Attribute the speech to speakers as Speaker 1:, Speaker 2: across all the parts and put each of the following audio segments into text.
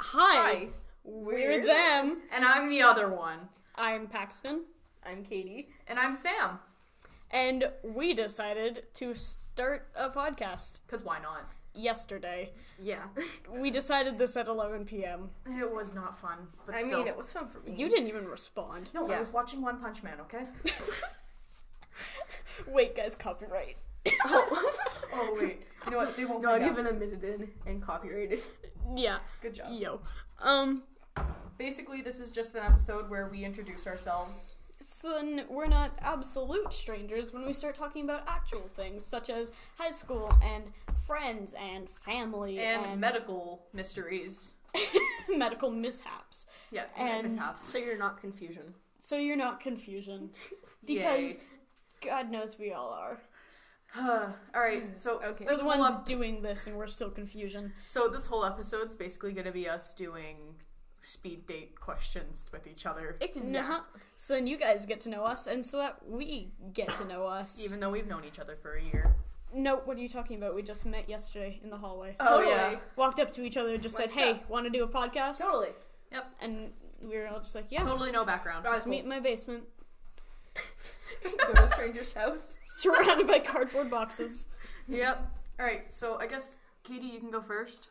Speaker 1: Hi,
Speaker 2: We're them.
Speaker 3: And I'm the other one.
Speaker 2: I'm Paxton,
Speaker 1: I'm Katie.
Speaker 3: And I'm Sam.
Speaker 2: and we decided to start a podcast
Speaker 3: Because why not?
Speaker 2: yesterday.
Speaker 1: Yeah,
Speaker 2: We decided this at 11 p.m.
Speaker 3: It was not fun, but
Speaker 1: I
Speaker 3: still.
Speaker 1: mean it was fun for me.
Speaker 2: You didn't even respond.
Speaker 3: No,
Speaker 1: Yeah.
Speaker 3: I was watching One Punch Man, okay?
Speaker 2: Wait, guys, copyright.
Speaker 1: Oh.
Speaker 3: Oh, wait. You know what? They won't
Speaker 1: Not
Speaker 3: find out.
Speaker 1: even admitted in and copyrighted.
Speaker 2: Yeah,
Speaker 3: Good job.
Speaker 2: yo. Um,
Speaker 3: Basically, this is just an episode where we introduce ourselves.
Speaker 2: so then we're not absolute strangers when we start talking about actual things such as high school and friends and family
Speaker 3: And medical mysteries.
Speaker 2: medical mishaps.
Speaker 3: Yeah,
Speaker 2: And-
Speaker 3: mishaps.
Speaker 1: So you're not confusion.
Speaker 2: So you're not confusion. Because
Speaker 3: Yay.
Speaker 2: God knows we all are.
Speaker 3: Alright, so
Speaker 1: Okay.
Speaker 3: this
Speaker 2: the
Speaker 3: whole
Speaker 2: ones
Speaker 3: ep-
Speaker 2: doing this and we're still confusion.
Speaker 3: so this whole episode's basically gonna be us doing speed date questions with each other.
Speaker 1: Exactly.
Speaker 2: Nuh-huh. So then you guys get to know us, and so that we get to know us.
Speaker 3: Even though we've known each other for a year.
Speaker 2: no, what are you talking about? We just met yesterday in the hallway.
Speaker 3: Oh,
Speaker 1: Totally.
Speaker 3: yeah.
Speaker 2: Walked up to each other and just
Speaker 1: Like
Speaker 2: said, "Hey,
Speaker 1: so.
Speaker 2: want to do a podcast?"
Speaker 1: Totally.
Speaker 2: And we were all just like, "Yeah."
Speaker 3: Totally no background.
Speaker 2: Let's meet in my basement,
Speaker 1: Go to a stranger's house.
Speaker 2: surrounded by cardboard boxes.
Speaker 3: Yep. All right. So I guess Katie, you can go first.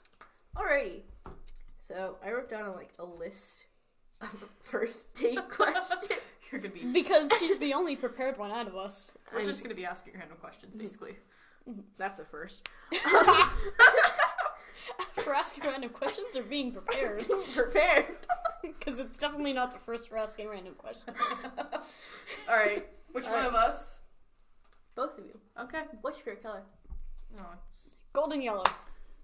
Speaker 1: Alrighty. So I wrote down like a list of first date questions.
Speaker 3: You're gonna be.
Speaker 2: Because she's the only prepared one out of us.
Speaker 3: We're
Speaker 1: I'm-
Speaker 3: just gonna be asking random questions, basically.
Speaker 1: That's a first.
Speaker 2: For asking random questions or being prepared.
Speaker 1: Prepare.
Speaker 2: Because it's definitely not the first for asking random questions.
Speaker 3: All right. Which
Speaker 1: All
Speaker 3: one
Speaker 1: right.
Speaker 3: of us?
Speaker 1: Both of you.
Speaker 3: Okay.
Speaker 1: What's your favorite color?
Speaker 3: No, Oh, it's
Speaker 2: Golden yellow.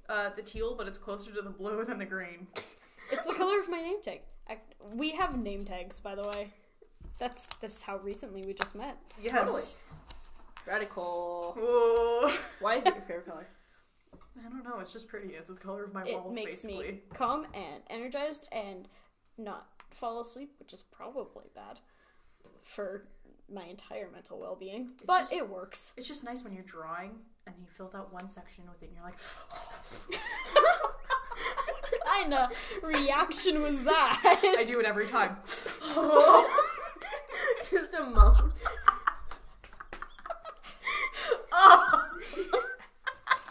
Speaker 3: uh, the teal, but it's closer to the blue than the green.
Speaker 2: It's the color of my name tag. I, we have name tags, by the way. That's that's how recently we just met.
Speaker 3: Yes.
Speaker 1: Radical.
Speaker 3: Ooh.
Speaker 1: Why is it your favorite color?
Speaker 3: I don't know. It's just pretty. It's the color of my
Speaker 2: it
Speaker 3: walls,
Speaker 2: makes
Speaker 3: basically.
Speaker 2: me calm and energized and not fall asleep, which is probably bad for my entire mental well being. But
Speaker 3: just-
Speaker 2: it works.
Speaker 3: It's just nice when you're drawing and you fill that one section with it, and you're like,
Speaker 2: Kinda reaction was that.
Speaker 3: I do it every time.
Speaker 1: Just a mom.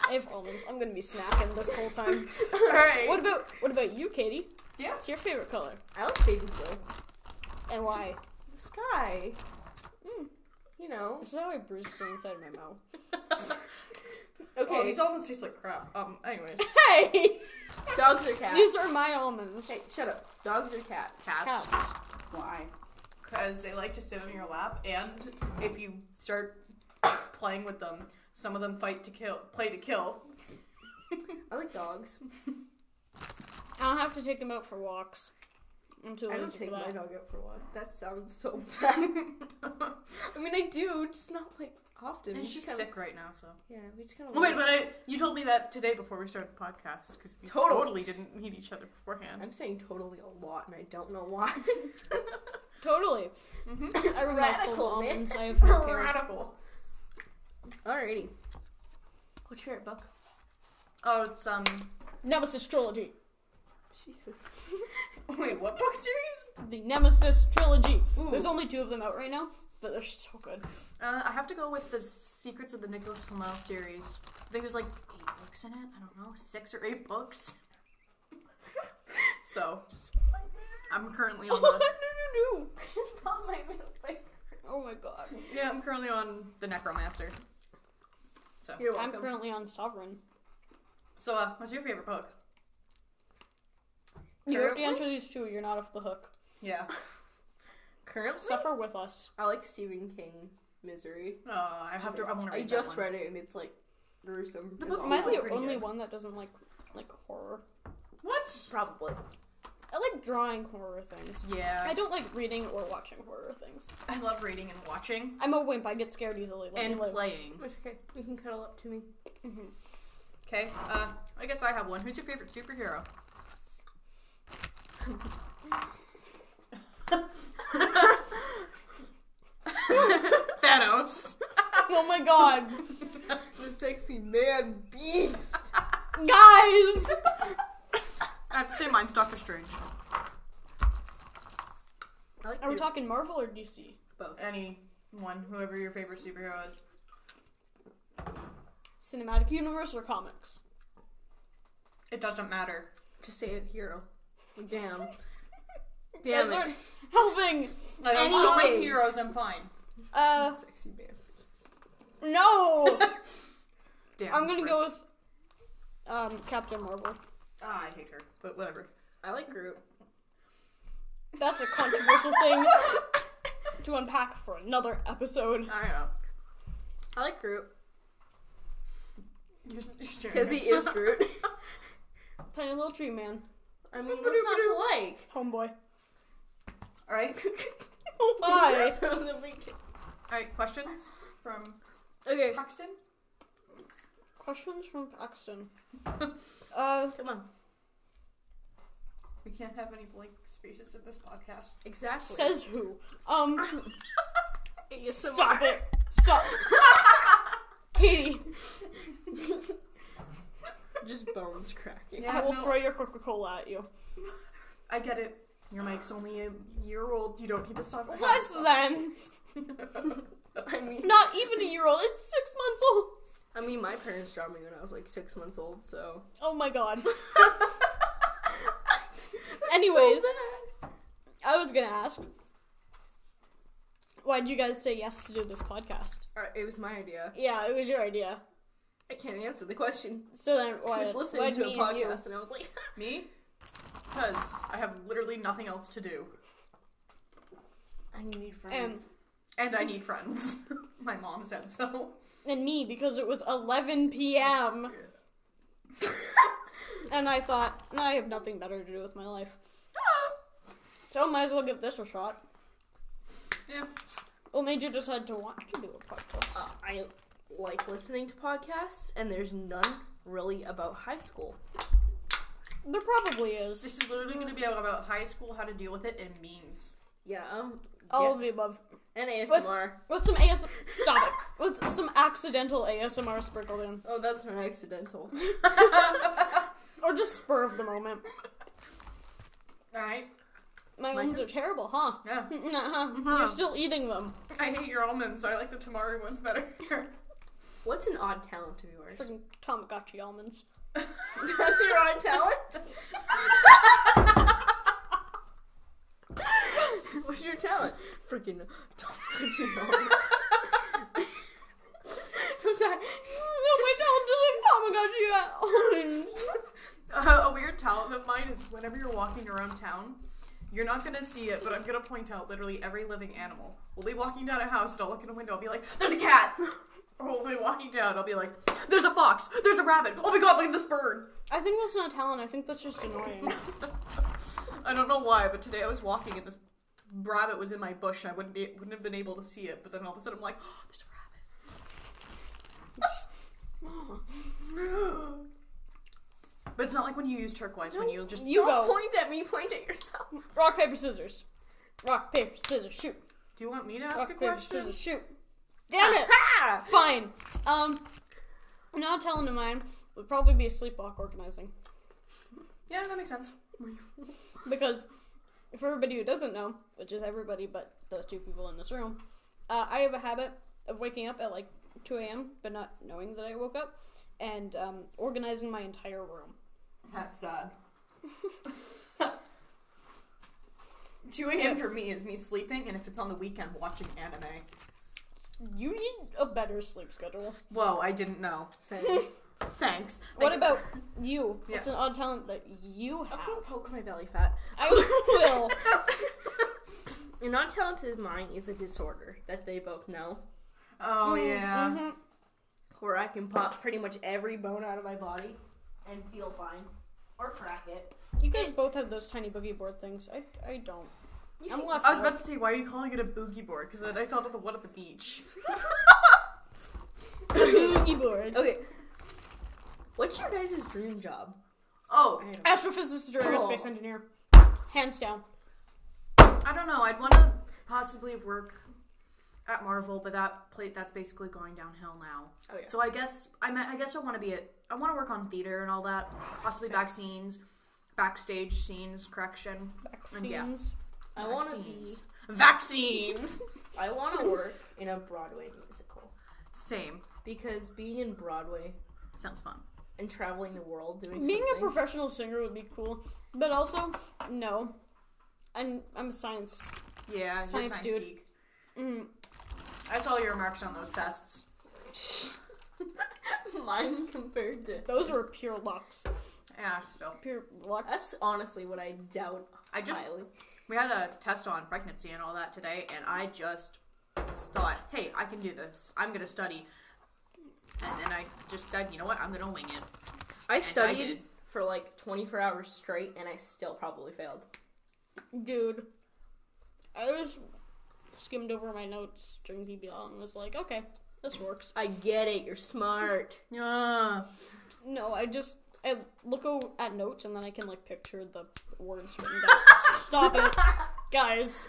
Speaker 2: I have almonds. I'm gonna be snacking this whole time.
Speaker 3: All right.
Speaker 2: What about what about you, Katie?
Speaker 3: Yeah.
Speaker 2: What's your favorite color
Speaker 1: I like baby blue.
Speaker 2: and why?
Speaker 1: The sky. Hmm. You know.
Speaker 2: Is that why bruise from inside of my mouth?
Speaker 3: Oh,
Speaker 1: Okay.
Speaker 3: these almonds taste like crap. Um. Anyways.
Speaker 2: Hey,
Speaker 1: Dogs or cats?
Speaker 2: these are my almonds.
Speaker 1: Hey, shut up. Dogs or cats?
Speaker 3: Cats.
Speaker 2: Cats.
Speaker 1: Why?
Speaker 3: because they like to sit on your lap and if you start playing with them some of them fight to kill play to kill
Speaker 1: I like dogs.
Speaker 2: I don't have to take them out for walks. I'm too
Speaker 1: I
Speaker 2: lazy
Speaker 1: don't take
Speaker 2: for
Speaker 1: my
Speaker 2: that.
Speaker 1: dog out for a walk. That sounds so bad. I mean, I do, just not like often.
Speaker 3: and
Speaker 1: We
Speaker 3: she's
Speaker 1: just kinda-
Speaker 3: sick right now so
Speaker 1: Yeah, we just kind of.
Speaker 3: oh, wait but i you told me that today before we started the podcast because we
Speaker 1: Totally.
Speaker 3: totally didn't meet each other beforehand
Speaker 1: I'm saying totally a lot, and I don't know why.
Speaker 2: Totally. I have a mouthful of
Speaker 1: Radical, man.
Speaker 2: almonds. I have no cares.
Speaker 3: radical
Speaker 1: Alrighty. What's your favorite book?
Speaker 3: oh it's um
Speaker 2: Nemesis trilogy.
Speaker 1: Jesus.
Speaker 3: wait what book series
Speaker 2: The Nemesis trilogy.
Speaker 3: Ooh.
Speaker 2: There's only two of them out right now, but they're so good.
Speaker 3: uh, i have to go with the secrets of the nicholas flamel series i think there's like eight books in it i don't know six or eight books so just i'm currently on the
Speaker 2: no, no, no.
Speaker 1: I just thought my middle finger.
Speaker 2: Oh my god.
Speaker 3: Yeah, I'm currently on the Necromancer. So,
Speaker 1: You're
Speaker 2: I'm
Speaker 1: welcome.
Speaker 2: currently on Sovereign.
Speaker 3: so uh, what's your favorite book?
Speaker 2: You have to
Speaker 1: Currently?
Speaker 2: answer these two. You're not off the hook.
Speaker 3: Yeah.
Speaker 1: currently.
Speaker 2: Suffer with us.
Speaker 1: I like Stephen King. Misery.
Speaker 3: Oh, I have to. I want to
Speaker 1: I
Speaker 3: read. that
Speaker 1: just
Speaker 3: one.
Speaker 1: read it, and it's like gruesome.
Speaker 3: The
Speaker 1: as
Speaker 3: book
Speaker 1: all
Speaker 2: Am I
Speaker 3: might be-
Speaker 1: hell.
Speaker 2: the
Speaker 3: pretty
Speaker 2: only
Speaker 3: good.
Speaker 2: one that doesn't like like horror?
Speaker 3: What?
Speaker 1: Probably.
Speaker 2: I like drawing horror things. I
Speaker 3: Yeah,
Speaker 2: don't like reading or watching horror things.
Speaker 3: I love reading and watching
Speaker 2: I'm a wimp. I get scared easily. Let me
Speaker 3: and
Speaker 2: live.
Speaker 3: playing.
Speaker 1: It's okay. You can cuddle up to me. Mm-hmm.
Speaker 3: Okay. Uh, I guess I have one. Who's your favorite superhero? Thanos.
Speaker 2: Oh my god.
Speaker 1: The sexy man beast.
Speaker 2: Guys!
Speaker 3: I'm Say mine's Doctor Strange.
Speaker 1: I like
Speaker 2: Are we
Speaker 1: your-
Speaker 2: talking Marvel or DC?
Speaker 1: both.
Speaker 3: Anyone, whoever your favorite superhero is.
Speaker 2: Cinematic universe or comics?
Speaker 3: It doesn't matter.
Speaker 1: Just say a hero. Damn. Damn
Speaker 2: Those
Speaker 1: it.
Speaker 2: aren't helping.
Speaker 3: I don't
Speaker 1: Anything.
Speaker 3: know my heroes, I'm fine.
Speaker 2: Uh,
Speaker 1: Sexy man.
Speaker 2: no.
Speaker 3: Damn.
Speaker 2: I'm gonna
Speaker 3: Groot.
Speaker 2: go with um Captain Marvel.
Speaker 3: Ah, I hate her, but whatever.
Speaker 1: I like Groot.
Speaker 2: That's a controversial thing to unpack for another episode.
Speaker 3: I know.
Speaker 1: I like Groot
Speaker 3: You're, you're staring
Speaker 1: because
Speaker 3: at me.
Speaker 1: he is Groot.
Speaker 2: Tiny little tree man,
Speaker 1: I mean, what's not to like?
Speaker 2: homeboy.
Speaker 3: All right.
Speaker 2: Why?
Speaker 1: That was a big-
Speaker 3: All right. Questions from
Speaker 1: okay,
Speaker 3: Paxton.
Speaker 2: Questions from Paxton. Uh,
Speaker 1: come on.
Speaker 3: We can't have any blank spaces in this podcast.
Speaker 1: Exactly.
Speaker 2: says who? Um,
Speaker 1: ASMR.
Speaker 2: stop it. Stop. Katie,
Speaker 1: Just bones cracking.
Speaker 2: I will
Speaker 3: no,
Speaker 2: throw your Coca Cola at you.
Speaker 3: I get it. Your mic's only a year old. You don't need to stop. at
Speaker 2: Less
Speaker 3: house.
Speaker 2: than.
Speaker 1: I mean,
Speaker 2: Not even a year old. It's six months old.
Speaker 1: I mean, my parents dropped me when I was like six months old, so.
Speaker 2: Oh my god. Anyways, I was gonna ask, why'd you guys say yes to do this podcast?
Speaker 1: Alright, it was my idea.
Speaker 2: Yeah, it was your idea.
Speaker 1: I can't answer the question.
Speaker 2: So then, why?
Speaker 1: I was listening
Speaker 2: why'd
Speaker 1: to a
Speaker 2: me and you-
Speaker 1: podcast and I was like,
Speaker 3: Me? Because I have literally nothing else to do.
Speaker 1: I need friends.
Speaker 3: And I need friends. My mom said so.
Speaker 2: and me because it was 11 p.m. and I thought, "Nah, I have nothing better to do with my life,
Speaker 1: Ah.
Speaker 2: so might as well give this a shot.
Speaker 3: yeah.
Speaker 2: What made you decide to want to do a podcast?
Speaker 1: Uh, I like listening to podcasts, and there's none really about high school.
Speaker 2: There probably is.
Speaker 3: This is literally going to be about high school, how to deal with it, and memes.
Speaker 1: Yeah, um,
Speaker 2: All
Speaker 1: yeah.
Speaker 2: of the above.
Speaker 1: and ASMR.
Speaker 2: With some AS, stop it. With some accidental ASMR sprinkled in,
Speaker 1: Oh, that's not accidental.
Speaker 2: or just spur of the moment.
Speaker 3: Alright?
Speaker 2: My
Speaker 1: My
Speaker 2: ones are terrible, huh?
Speaker 3: Yeah.
Speaker 2: Uh-huh.
Speaker 3: Mhm.
Speaker 2: You're still eating them.
Speaker 3: I hate your almonds. I like the tamari ones better.
Speaker 1: What's an odd talent of yours?
Speaker 2: Freaking Tamagotchi almonds.
Speaker 1: that's your odd talent? What's your talent? Freaking talent. I'm sorry.
Speaker 2: No, my talent isn't Tamagotchi almonds.
Speaker 3: uh, a weird talent of mine is whenever you're walking around town, you're not going to see it, but I'm going to point out literally every living animal. We'll be walking down a house, and I'll look in a window, I'll be like, there's a cat! Or we'll be walking down, I'll be like, there's a fox! There's a rabbit! Oh my god, look at this bird!
Speaker 2: I think that's not talent. I think that's just annoying.
Speaker 3: I don't know why, but today I was walking and this rabbit was in my bush and I wouldn't be wouldn't have been able to see it, but then all of a sudden I'm like, oh, there's a rabbit. but it's not like when you use turquoise, when you just
Speaker 2: You
Speaker 1: Don't
Speaker 2: go.
Speaker 1: point at me, point at yourself.
Speaker 2: Rock, paper, scissors. Rock, paper, scissors, shoot.
Speaker 3: Do you want me to ask
Speaker 2: Rock,
Speaker 3: a
Speaker 2: paper,
Speaker 3: question?
Speaker 2: scissors, shoot. Damn it!
Speaker 1: Ha!
Speaker 2: Fine. Um, not talent of mine would probably be sleepwalk organizing.
Speaker 3: Yeah, that makes sense.
Speaker 2: Because for everybody who doesn't know, which is everybody but the two people in this room, uh, I have a habit of waking up at like 2 a.m. but not knowing that I woke up and um, organizing my entire room.
Speaker 3: That's sad. 2 a.m. for me is me sleeping, and if it's on the weekend, watching anime.
Speaker 2: You need a better sleep schedule.
Speaker 3: Whoa, I didn't know.
Speaker 1: Same.
Speaker 3: Thanks.
Speaker 2: What
Speaker 3: Thank-
Speaker 2: about you?
Speaker 3: Yeah.
Speaker 2: What's an odd talent that you have?
Speaker 1: I'm gonna poke my belly fat.
Speaker 2: I will.
Speaker 1: An odd talent of mine is a disorder that they both know,
Speaker 3: Oh, yeah.
Speaker 2: Mhm.
Speaker 1: where I can pop pretty much every bone out of my body and feel fine, or crack it.
Speaker 2: You guys both have those tiny boogie board things. I, I don't.
Speaker 1: You
Speaker 2: I'm
Speaker 1: see-
Speaker 2: left.
Speaker 3: I was about to say, why are you calling it a boogie board? Because I thought of the one at the beach.
Speaker 2: boogie board.
Speaker 1: Okay. What's your guys' dream job?
Speaker 3: Oh,
Speaker 2: Astrophysicist or aerospace
Speaker 1: Oh.
Speaker 2: engineer. Hands down.
Speaker 3: I don't know. I'd want to possibly work at Marvel, but that plate that's basically going downhill now.
Speaker 1: Oh, yeah.
Speaker 3: So I guess I, mean, I guess I want to be a, I want to work on theater and all that, possibly vaccines, backstage scenes correction.
Speaker 2: Vaccines.
Speaker 3: And yeah.
Speaker 1: I want to be.
Speaker 3: Vaccines. Vaccines.
Speaker 1: I want to work in a Broadway musical
Speaker 3: Same.
Speaker 1: because being in Broadway
Speaker 3: Sounds fun.
Speaker 1: and traveling the world doing
Speaker 2: Being a
Speaker 1: something.
Speaker 2: professional singer would be cool, but also no. I'm I'm a science.
Speaker 3: Yeah. you're
Speaker 2: Science
Speaker 3: science
Speaker 2: dude.
Speaker 3: geek.
Speaker 2: Mm,
Speaker 3: I saw your marks on those tests.
Speaker 1: mine compared to
Speaker 2: those were pure locks.
Speaker 3: Yeah, still.
Speaker 2: Pure locks.
Speaker 1: That's honestly what I doubt.
Speaker 3: I just
Speaker 1: highly.
Speaker 3: we had a test on pregnancy and all that today, and I just thought, hey, I can do this. I'm gonna study. And then I just said, you know what? I'm gonna wing it.
Speaker 1: I
Speaker 3: I
Speaker 1: studied
Speaker 3: did.
Speaker 1: for like 24 hours straight, and I still probably failed.
Speaker 2: Dude, I was skimmed over my notes during PBL and was like, okay, this works.
Speaker 1: I get it. You're smart.
Speaker 3: Yeah.
Speaker 2: No, I just I look o- at notes and then I can like picture the words written down. Stop it, guys.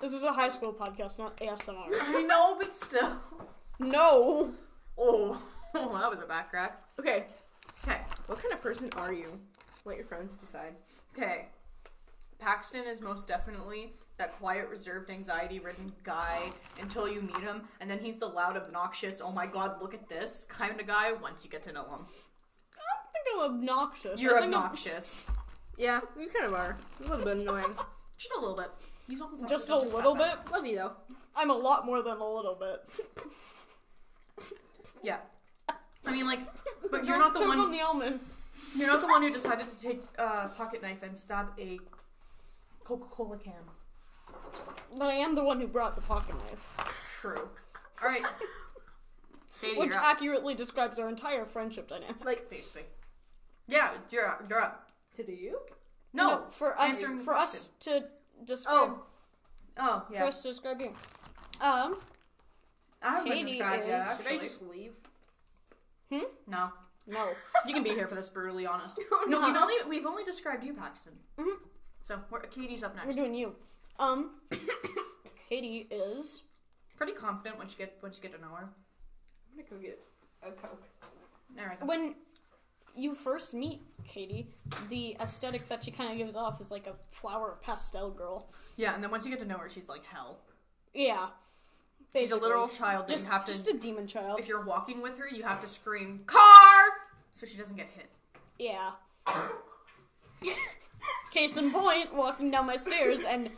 Speaker 2: This is a high school podcast, not ASMR.
Speaker 3: I know, but still.
Speaker 2: No,
Speaker 3: Oh, oh that was a back crack.
Speaker 1: Okay,
Speaker 3: Okay.
Speaker 1: what kind of person are you? Let your friends decide.
Speaker 3: Okay. Paxton is most definitely that quiet, reserved, anxiety ridden guy until you meet him, and then he's the loud, obnoxious, oh my god, look at this kind of guy once you get to know him.
Speaker 2: I don't think I'm obnoxious. I
Speaker 3: You're
Speaker 2: think I'm
Speaker 3: obnoxious.
Speaker 1: Yeah, you kind of are. A little bit annoying.
Speaker 3: Just a little bit. He's all
Speaker 2: just a little bit.
Speaker 1: Love you though.
Speaker 2: I'm a lot more than a little bit.
Speaker 3: Yeah. I mean, like, but you're not the
Speaker 2: Choke on
Speaker 3: one.
Speaker 2: the almond.
Speaker 3: You're not the one who decided to take a uh, pocket knife and stab a Coca-Cola can.
Speaker 2: But I am the one who brought the pocket knife,
Speaker 3: True. All right. Katie,
Speaker 2: which
Speaker 3: you're up.
Speaker 2: accurately describes our entire friendship dynamic.
Speaker 1: Like
Speaker 3: Basically. Yeah, you're up. You're up.
Speaker 1: to do you?
Speaker 3: No.
Speaker 2: for us,
Speaker 3: answering the
Speaker 2: for us
Speaker 3: question.
Speaker 2: to describe,
Speaker 3: Oh. Oh,
Speaker 2: for
Speaker 3: yeah.
Speaker 2: us to describe you. Um,
Speaker 3: I haven't been
Speaker 2: Katie
Speaker 3: described
Speaker 2: is-
Speaker 3: yet,
Speaker 2: should I
Speaker 3: actually.
Speaker 1: leave?
Speaker 3: No.
Speaker 2: hmm? no,
Speaker 3: You can be here for this, brutally honest. No, we've only we've only described you, Paxton.
Speaker 2: Mhm.
Speaker 3: So we're, Katie's up
Speaker 2: we're
Speaker 3: next.
Speaker 2: doing you. Um, Katie is Mm-hmm.
Speaker 3: Pretty confident once you get once you get to know her.
Speaker 1: I'm gonna go get a coke.
Speaker 3: There we go.
Speaker 2: when you first meet Katie, the aesthetic that she kind of gives off is like a flower pastel girl.
Speaker 3: Yeah, and then once you get to know her, she's like hell.
Speaker 2: Yeah,
Speaker 3: She's a literal
Speaker 2: basically.
Speaker 3: child. that
Speaker 2: Just,
Speaker 3: you have to
Speaker 2: just a demon child.
Speaker 3: if you're walking with her, you have to scream car so she doesn't get hit.
Speaker 2: Yeah. Case in point, walking down my stairs and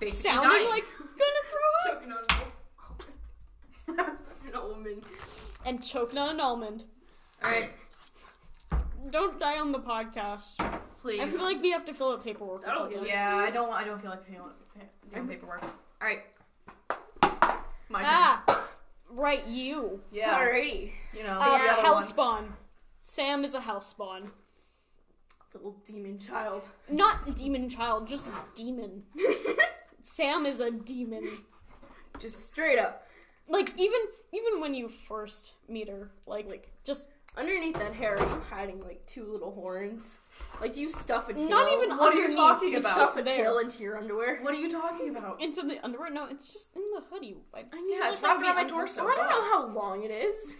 Speaker 3: Basically
Speaker 2: sounding
Speaker 3: dying.
Speaker 2: like gonna throw up
Speaker 1: Choking on an almond.
Speaker 2: and choking on an almond.
Speaker 3: All right,
Speaker 2: Don't die on the podcast.
Speaker 3: please.
Speaker 2: I feel like we have to fill out paperwork. Or
Speaker 1: That'll
Speaker 2: something.
Speaker 1: get-
Speaker 3: Oh, yeah, I don't. want- I don't feel like feeling doing paperwork. All right. My turn.
Speaker 2: Ah, right, you.
Speaker 3: Yeah.
Speaker 1: Alrighty.
Speaker 3: You know.
Speaker 2: Uh,
Speaker 3: Oh, the other one.
Speaker 2: house spawn. Sam is a house spawn.
Speaker 1: Little demon child.
Speaker 2: Not demon child, just demon. Sam is a demon.
Speaker 1: Just straight up.
Speaker 2: Like even even when you first meet her, like,
Speaker 1: Like-
Speaker 2: just
Speaker 1: Underneath that hair, are you hiding like two little horns? Like, do you stuff a tail?
Speaker 2: not even
Speaker 3: What are you
Speaker 2: underneath,
Speaker 3: talking
Speaker 1: You
Speaker 2: it's
Speaker 3: about?
Speaker 2: just
Speaker 1: stuff a
Speaker 2: there.
Speaker 1: tail into your underwear.
Speaker 3: What are you talking about?
Speaker 2: Into the underwear? No, it's just in the hoodie. I, I
Speaker 3: Yeah, it's
Speaker 2: that would
Speaker 3: wrapped
Speaker 2: be
Speaker 3: around my
Speaker 2: uncomfortable.
Speaker 3: torso.
Speaker 1: Well, I don't know how long it is.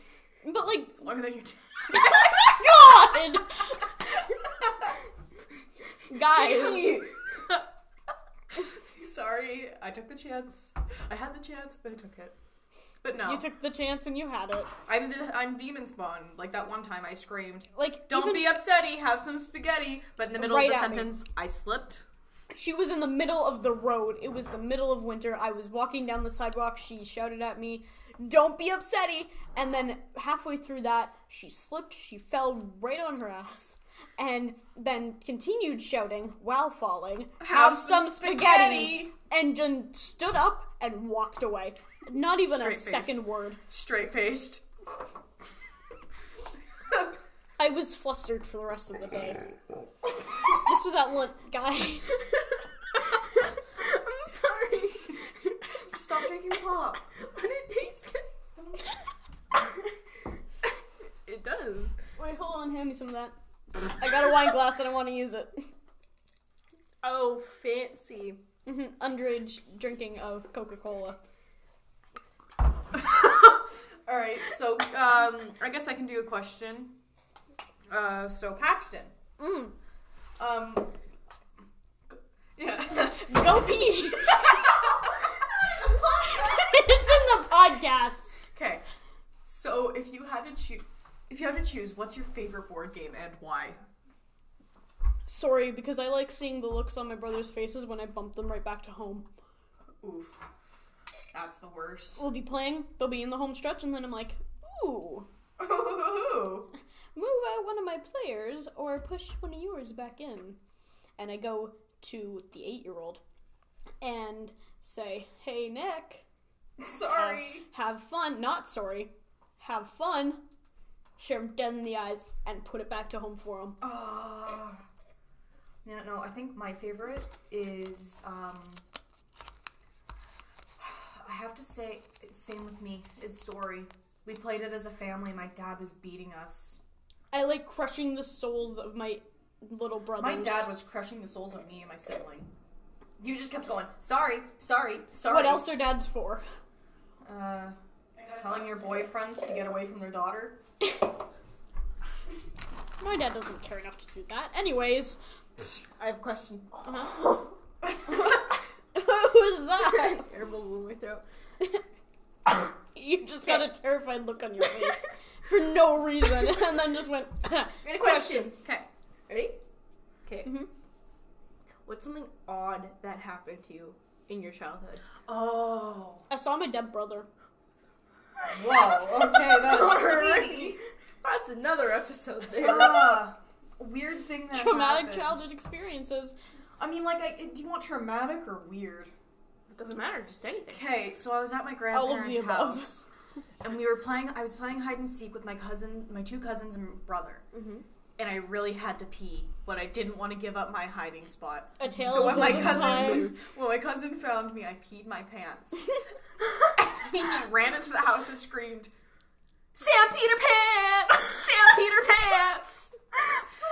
Speaker 2: But like, oh
Speaker 3: It's longer than Oh. your.
Speaker 2: God, guys,
Speaker 3: Sorry, I took the chance. I had the chance, but I took it. But no,
Speaker 2: you took the chance and you had it.
Speaker 3: I'm the, I'm demon spawn. Like that one time, I screamed,
Speaker 2: Like,
Speaker 3: "Don't
Speaker 2: even-
Speaker 3: be upsetty. Have some spaghetti." But in the middle
Speaker 2: Right
Speaker 3: of the
Speaker 2: at me.
Speaker 3: sentence, I slipped.
Speaker 2: She was in the middle of the road. It was the middle of winter. I was walking down the sidewalk. She shouted at me, "Don't be upsetty!" And then halfway through that, she slipped. She fell right on her ass, and then continued shouting while falling,
Speaker 3: Have some spaghetti!"
Speaker 2: and then stood up and walked away. Not even a
Speaker 3: Straight-faced.
Speaker 2: second word.
Speaker 3: Straight faced.
Speaker 2: I was flustered for the rest of the day. this was at lunch, guys.
Speaker 1: I'm sorry.
Speaker 3: Stop drinking pop.
Speaker 1: But it tastes good. it does.
Speaker 2: Wait, hold on, hand me some of that. I got a wine glass and I want to use it.
Speaker 1: Oh, fancy.
Speaker 2: Mhm, Underage drinking of Coca Cola.
Speaker 3: All right, so um, I guess I can do a question. Uh, so Paxton.
Speaker 2: Mm.
Speaker 3: Um. Yeah.
Speaker 2: Go pee. it's in the podcast.
Speaker 3: okay. So if you had to choose, if you had to choose, what's your favorite board game and why?
Speaker 2: Sorry, because I like seeing the looks on my brother's faces when I bump them right back to home.
Speaker 3: Oof. That's the worst.
Speaker 2: We'll be playing, they'll be in the home stretch, and then I'm like, ooh,
Speaker 3: Ooh.
Speaker 2: move out one of my players or push one of yours back in. And I go to the eight year old and say, hey, Nick,
Speaker 3: Sorry.
Speaker 2: have fun. Not sorry. Have fun. Share him dead in the eyes and put it back to home for him.
Speaker 3: Uh, yeah, no, I think my favorite is um I have to say it's same with me is sorry. We played it as a family. My dad was beating us.
Speaker 2: I like crushing the souls of my little brothers.
Speaker 3: My dad was crushing the souls of me and my sibling. You just kept going, sorry, sorry, sorry.
Speaker 2: What else are dads for?
Speaker 3: Uh, telling your boyfriends to get away from their daughter.
Speaker 2: My dad doesn't care enough to do that. Anyways,
Speaker 1: I have a question.
Speaker 2: uh-huh. what was that?
Speaker 1: Terrible in my throat.
Speaker 2: You just got a terrified look on your face for no reason, and then just went.
Speaker 3: Get a
Speaker 2: Question.
Speaker 3: Okay.
Speaker 1: Ready? Okay.
Speaker 2: Mhm.
Speaker 1: What's something odd that happened to you in your childhood?
Speaker 3: Oh.
Speaker 2: I saw my dead brother.
Speaker 3: Whoa. Okay, that's creepy.
Speaker 1: That's another episode there.
Speaker 3: Ah, weird thing that
Speaker 2: Traumatic
Speaker 3: happened.
Speaker 2: childhood experiences.
Speaker 3: I mean, like, I, do you want traumatic or weird?
Speaker 1: it doesn't matter, just anything.
Speaker 3: Okay, so I was at my
Speaker 2: All of
Speaker 3: grandparents'
Speaker 2: the above.
Speaker 3: house, and we were playing. I was playing hide and seek with my cousin, my two cousins, and brother.
Speaker 2: Mm-hmm.
Speaker 1: Mhm.
Speaker 3: And I really had to pee, but I didn't want to give up my hiding spot.
Speaker 2: A tale
Speaker 3: so
Speaker 2: of
Speaker 3: when my
Speaker 2: the
Speaker 3: cousin,
Speaker 2: time.
Speaker 3: when my cousin found me, I peed my pants. he ran into the house and screamed, "Sam Peter Pants! Sam Peter Pants!" For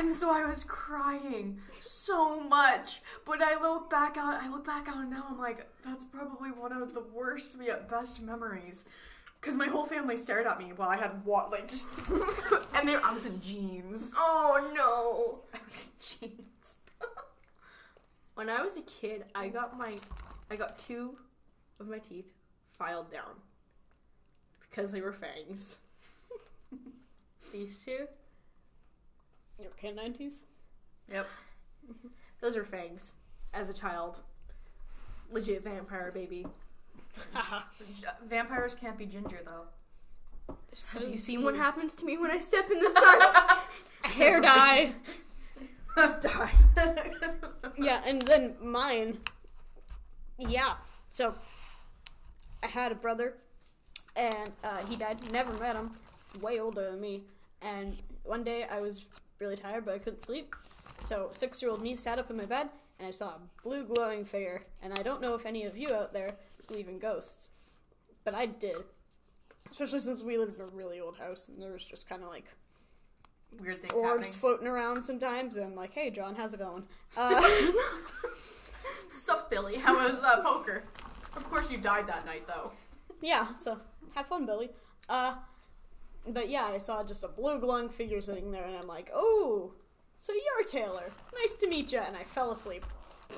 Speaker 3: you. And so I was crying so much, but I look back on I look back on it now. I'm like, that's probably one of the worst, yet best memories. Because my whole family stared at me while I had what, like, just, and they, I was in jeans.
Speaker 1: Oh no.
Speaker 3: I was in jeans.
Speaker 1: When I was a kid, I got my I got two of my teeth filed down because they were fangs. These two,
Speaker 2: Your canine teeth.
Speaker 3: Yep.
Speaker 1: those are fangs as a child. Legit vampire baby.
Speaker 2: Haha.
Speaker 3: Vampires can't be ginger though.
Speaker 1: Have you seen what happens to me when I step in the sun?
Speaker 2: Hair dye.
Speaker 1: Just die.
Speaker 2: yeah, and then mine. Yeah. So I had a brother, and uh, he died. Never met him. Way older than me. And one day I was really tired, but I couldn't sleep. So six-year-old me sat up in my bed, and I saw a blue glowing figure. And I don't know if any of you out there believe in ghosts, but I did. Especially since we lived in a really old house, and there was just kind of like
Speaker 3: Weird things
Speaker 2: orbs
Speaker 3: happening.
Speaker 2: floating around sometimes, and I'm like, hey, John, how's it going? Uh,
Speaker 3: Sup, Billy? How was uh, poker? Of course, you died that night though.
Speaker 2: yeah, so have fun, Billy. Uh, but yeah, I saw just a blue glowing figure sitting there, and I'm like, oh, so you're Taylor. Nice to meet you. And I fell asleep.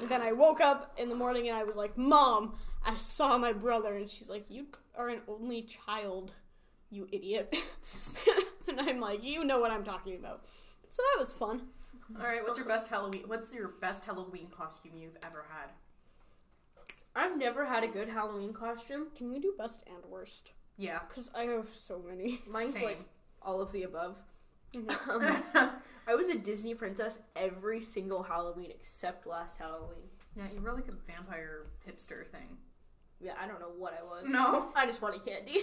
Speaker 2: And then I woke up in the morning and I was like, Mom, I saw my brother. And she's like, You are an only child, you idiot. and I'm like, You know what I'm talking about. So that was fun.
Speaker 3: All right, what's your best Halloween? What's your best Halloween costume you've ever had?
Speaker 1: I've never had a good Halloween costume.
Speaker 2: Can we do best and worst?
Speaker 3: Yeah,
Speaker 2: Because I have so many.
Speaker 1: Mine's
Speaker 3: Same. Mm-hmm.
Speaker 1: like all of the above. Um, I was a Disney princess every single Halloween except last Halloween.
Speaker 3: yeah, you were like a vampire hipster thing.
Speaker 1: Yeah, I don't know what I was.
Speaker 3: No,
Speaker 1: I just wanted candy.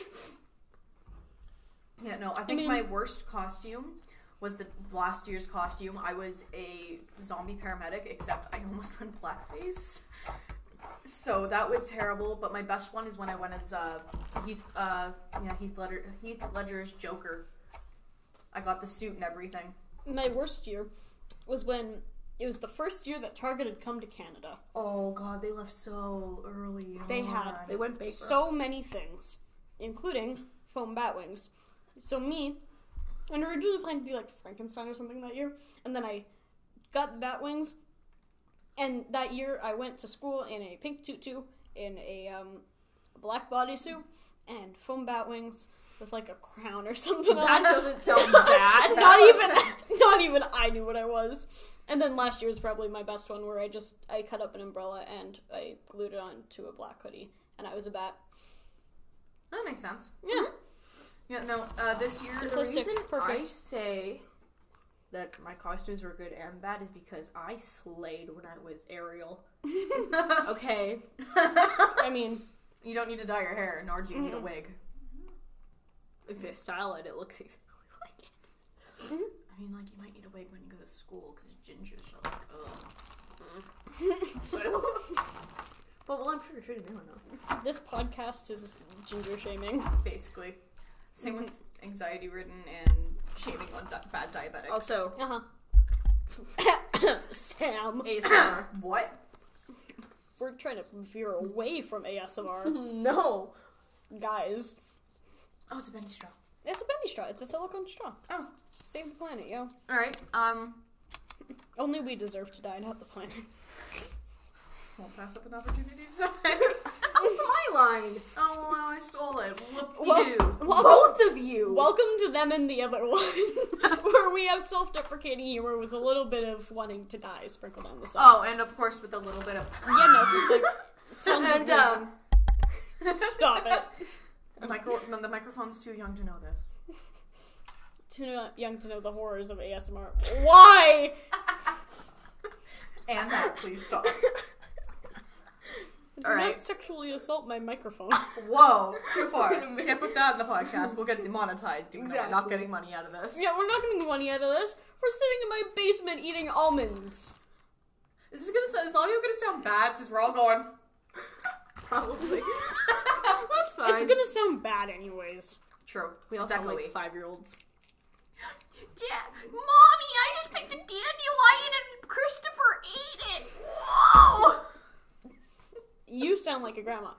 Speaker 3: yeah, no. I think
Speaker 2: mean-
Speaker 3: my worst costume was the last year's costume. I was a zombie paramedic, except I almost went blackface. So that was terrible. But my best one is when I went as uh, Heath, uh, yeah, Heath Ledger, Heath Ledger's Joker. I got the suit and everything.
Speaker 2: my worst year was when it was the first year that Target had come to Canada.
Speaker 3: Oh God, they left so early.
Speaker 2: They
Speaker 3: Oh,
Speaker 2: had
Speaker 1: They went bankrupt.
Speaker 2: so many things, including foam bat wings. So me, And I originally planned to be like Frankenstein or something that year, and then I got bat wings. And that year, I went to school in a pink tutu, in a um, black bodysuit, and foam bat wings with like a crown or something. on
Speaker 1: That
Speaker 2: it.
Speaker 1: doesn't sound bad.
Speaker 2: not even not even I knew what I was. And then last year was probably my best one where I just I cut up an umbrella and I glued it onto a black hoodie and I was a bat.
Speaker 4: That makes sense. Mm-hmm.
Speaker 2: Yeah.
Speaker 4: Yeah, no, uh, this year.
Speaker 1: The
Speaker 2: Simplistic,
Speaker 1: reason I
Speaker 2: perfect.
Speaker 1: say that my costumes were good and bad is because I slayed when I was Ariel. Okay,
Speaker 2: I mean,
Speaker 4: you don't need to dye your hair, nor do you need a
Speaker 2: Mm-mm.
Speaker 4: wig.
Speaker 1: if you style it, it looks exactly like it.
Speaker 4: I mean, like, you might need a wig when you go to school because gingers are like, ugh.
Speaker 1: But well, I'm sure you're shooting me one though.
Speaker 2: this podcast is ginger shaming.
Speaker 4: Basically. Same with
Speaker 2: Mm-hmm.
Speaker 4: anxiety ridden and shaming on di- bad diabetics.
Speaker 1: Also,
Speaker 2: Uh huh. Sam,
Speaker 1: ASMR.
Speaker 4: what?
Speaker 2: we're trying to veer away from ASMR,
Speaker 1: no.
Speaker 2: guys.
Speaker 4: Oh, it's a bendy straw.
Speaker 2: It's a bendy straw. It's a silicone straw.
Speaker 4: Oh.
Speaker 2: Save the planet, yo.
Speaker 4: Alright, um,
Speaker 2: Only we deserve to die, not the planet.
Speaker 4: won't pass up an opportunity to
Speaker 1: That's my line.
Speaker 4: Oh, wow, I stole it. Whoop de
Speaker 2: Well-
Speaker 4: doo.
Speaker 2: welcome,
Speaker 1: Both of you.
Speaker 2: welcome to them and the other one, where we have self-deprecating humor with a little bit of wanting to die sprinkled on the side.
Speaker 4: Oh, and of course, with a little bit of.
Speaker 2: yeah, no, tons of
Speaker 1: and um,
Speaker 2: reason. stop it.
Speaker 4: The, micro- no, the microphone's too young to know this.
Speaker 2: Too not young to know the horrors of ASMR. Why?
Speaker 4: And that, please stop.
Speaker 2: Do
Speaker 4: All right.
Speaker 2: Not sexually assault my microphone.
Speaker 4: Whoa, too far. We can't put that in the podcast. We'll get demonetized. Even though we're not
Speaker 1: Exactly.
Speaker 4: getting money out of this.
Speaker 2: yeah, we're not getting money out of this. We're sitting in my basement eating almonds.
Speaker 4: This is gonna. sound- Is the audio gonna sound bad since we're all going?
Speaker 1: probably. That's fine.
Speaker 2: It's gonna sound bad, anyways.
Speaker 4: True.
Speaker 1: we all
Speaker 4: It's
Speaker 1: sound
Speaker 4: echoey.
Speaker 1: like five year olds.
Speaker 4: Yeah, mommy, I just picked a dandelion and Christopher ate it. Whoa!
Speaker 2: You sound like a grandma.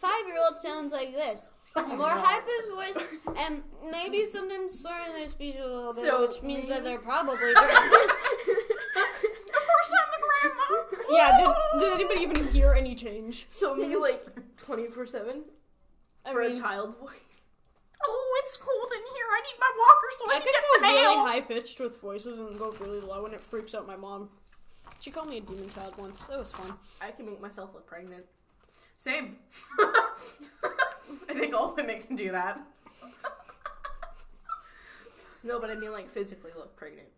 Speaker 2: Five year old sounds like this.
Speaker 1: Oh
Speaker 2: More hyper voice, and maybe sometimes slurring their speech a little bit,
Speaker 1: So
Speaker 2: which means that
Speaker 1: we-
Speaker 2: they're probably. very-
Speaker 4: Of course, I'm the grandma.
Speaker 2: yeah, did, did anybody even hear any change?
Speaker 1: So me like twenty four seven
Speaker 2: I
Speaker 1: for a
Speaker 2: mean,
Speaker 1: child voice.
Speaker 4: Oh, it's cold in here. I need my walker so I,
Speaker 2: I
Speaker 4: can
Speaker 2: could
Speaker 4: get
Speaker 2: go
Speaker 4: the mail.
Speaker 2: really high pitched with voices and go really low, and it freaks out my mom. She called me a demon child once. That was fun.
Speaker 1: I can make myself look pregnant.
Speaker 4: Same. I think all women can do that.
Speaker 1: No, but I mean like physically look pregnant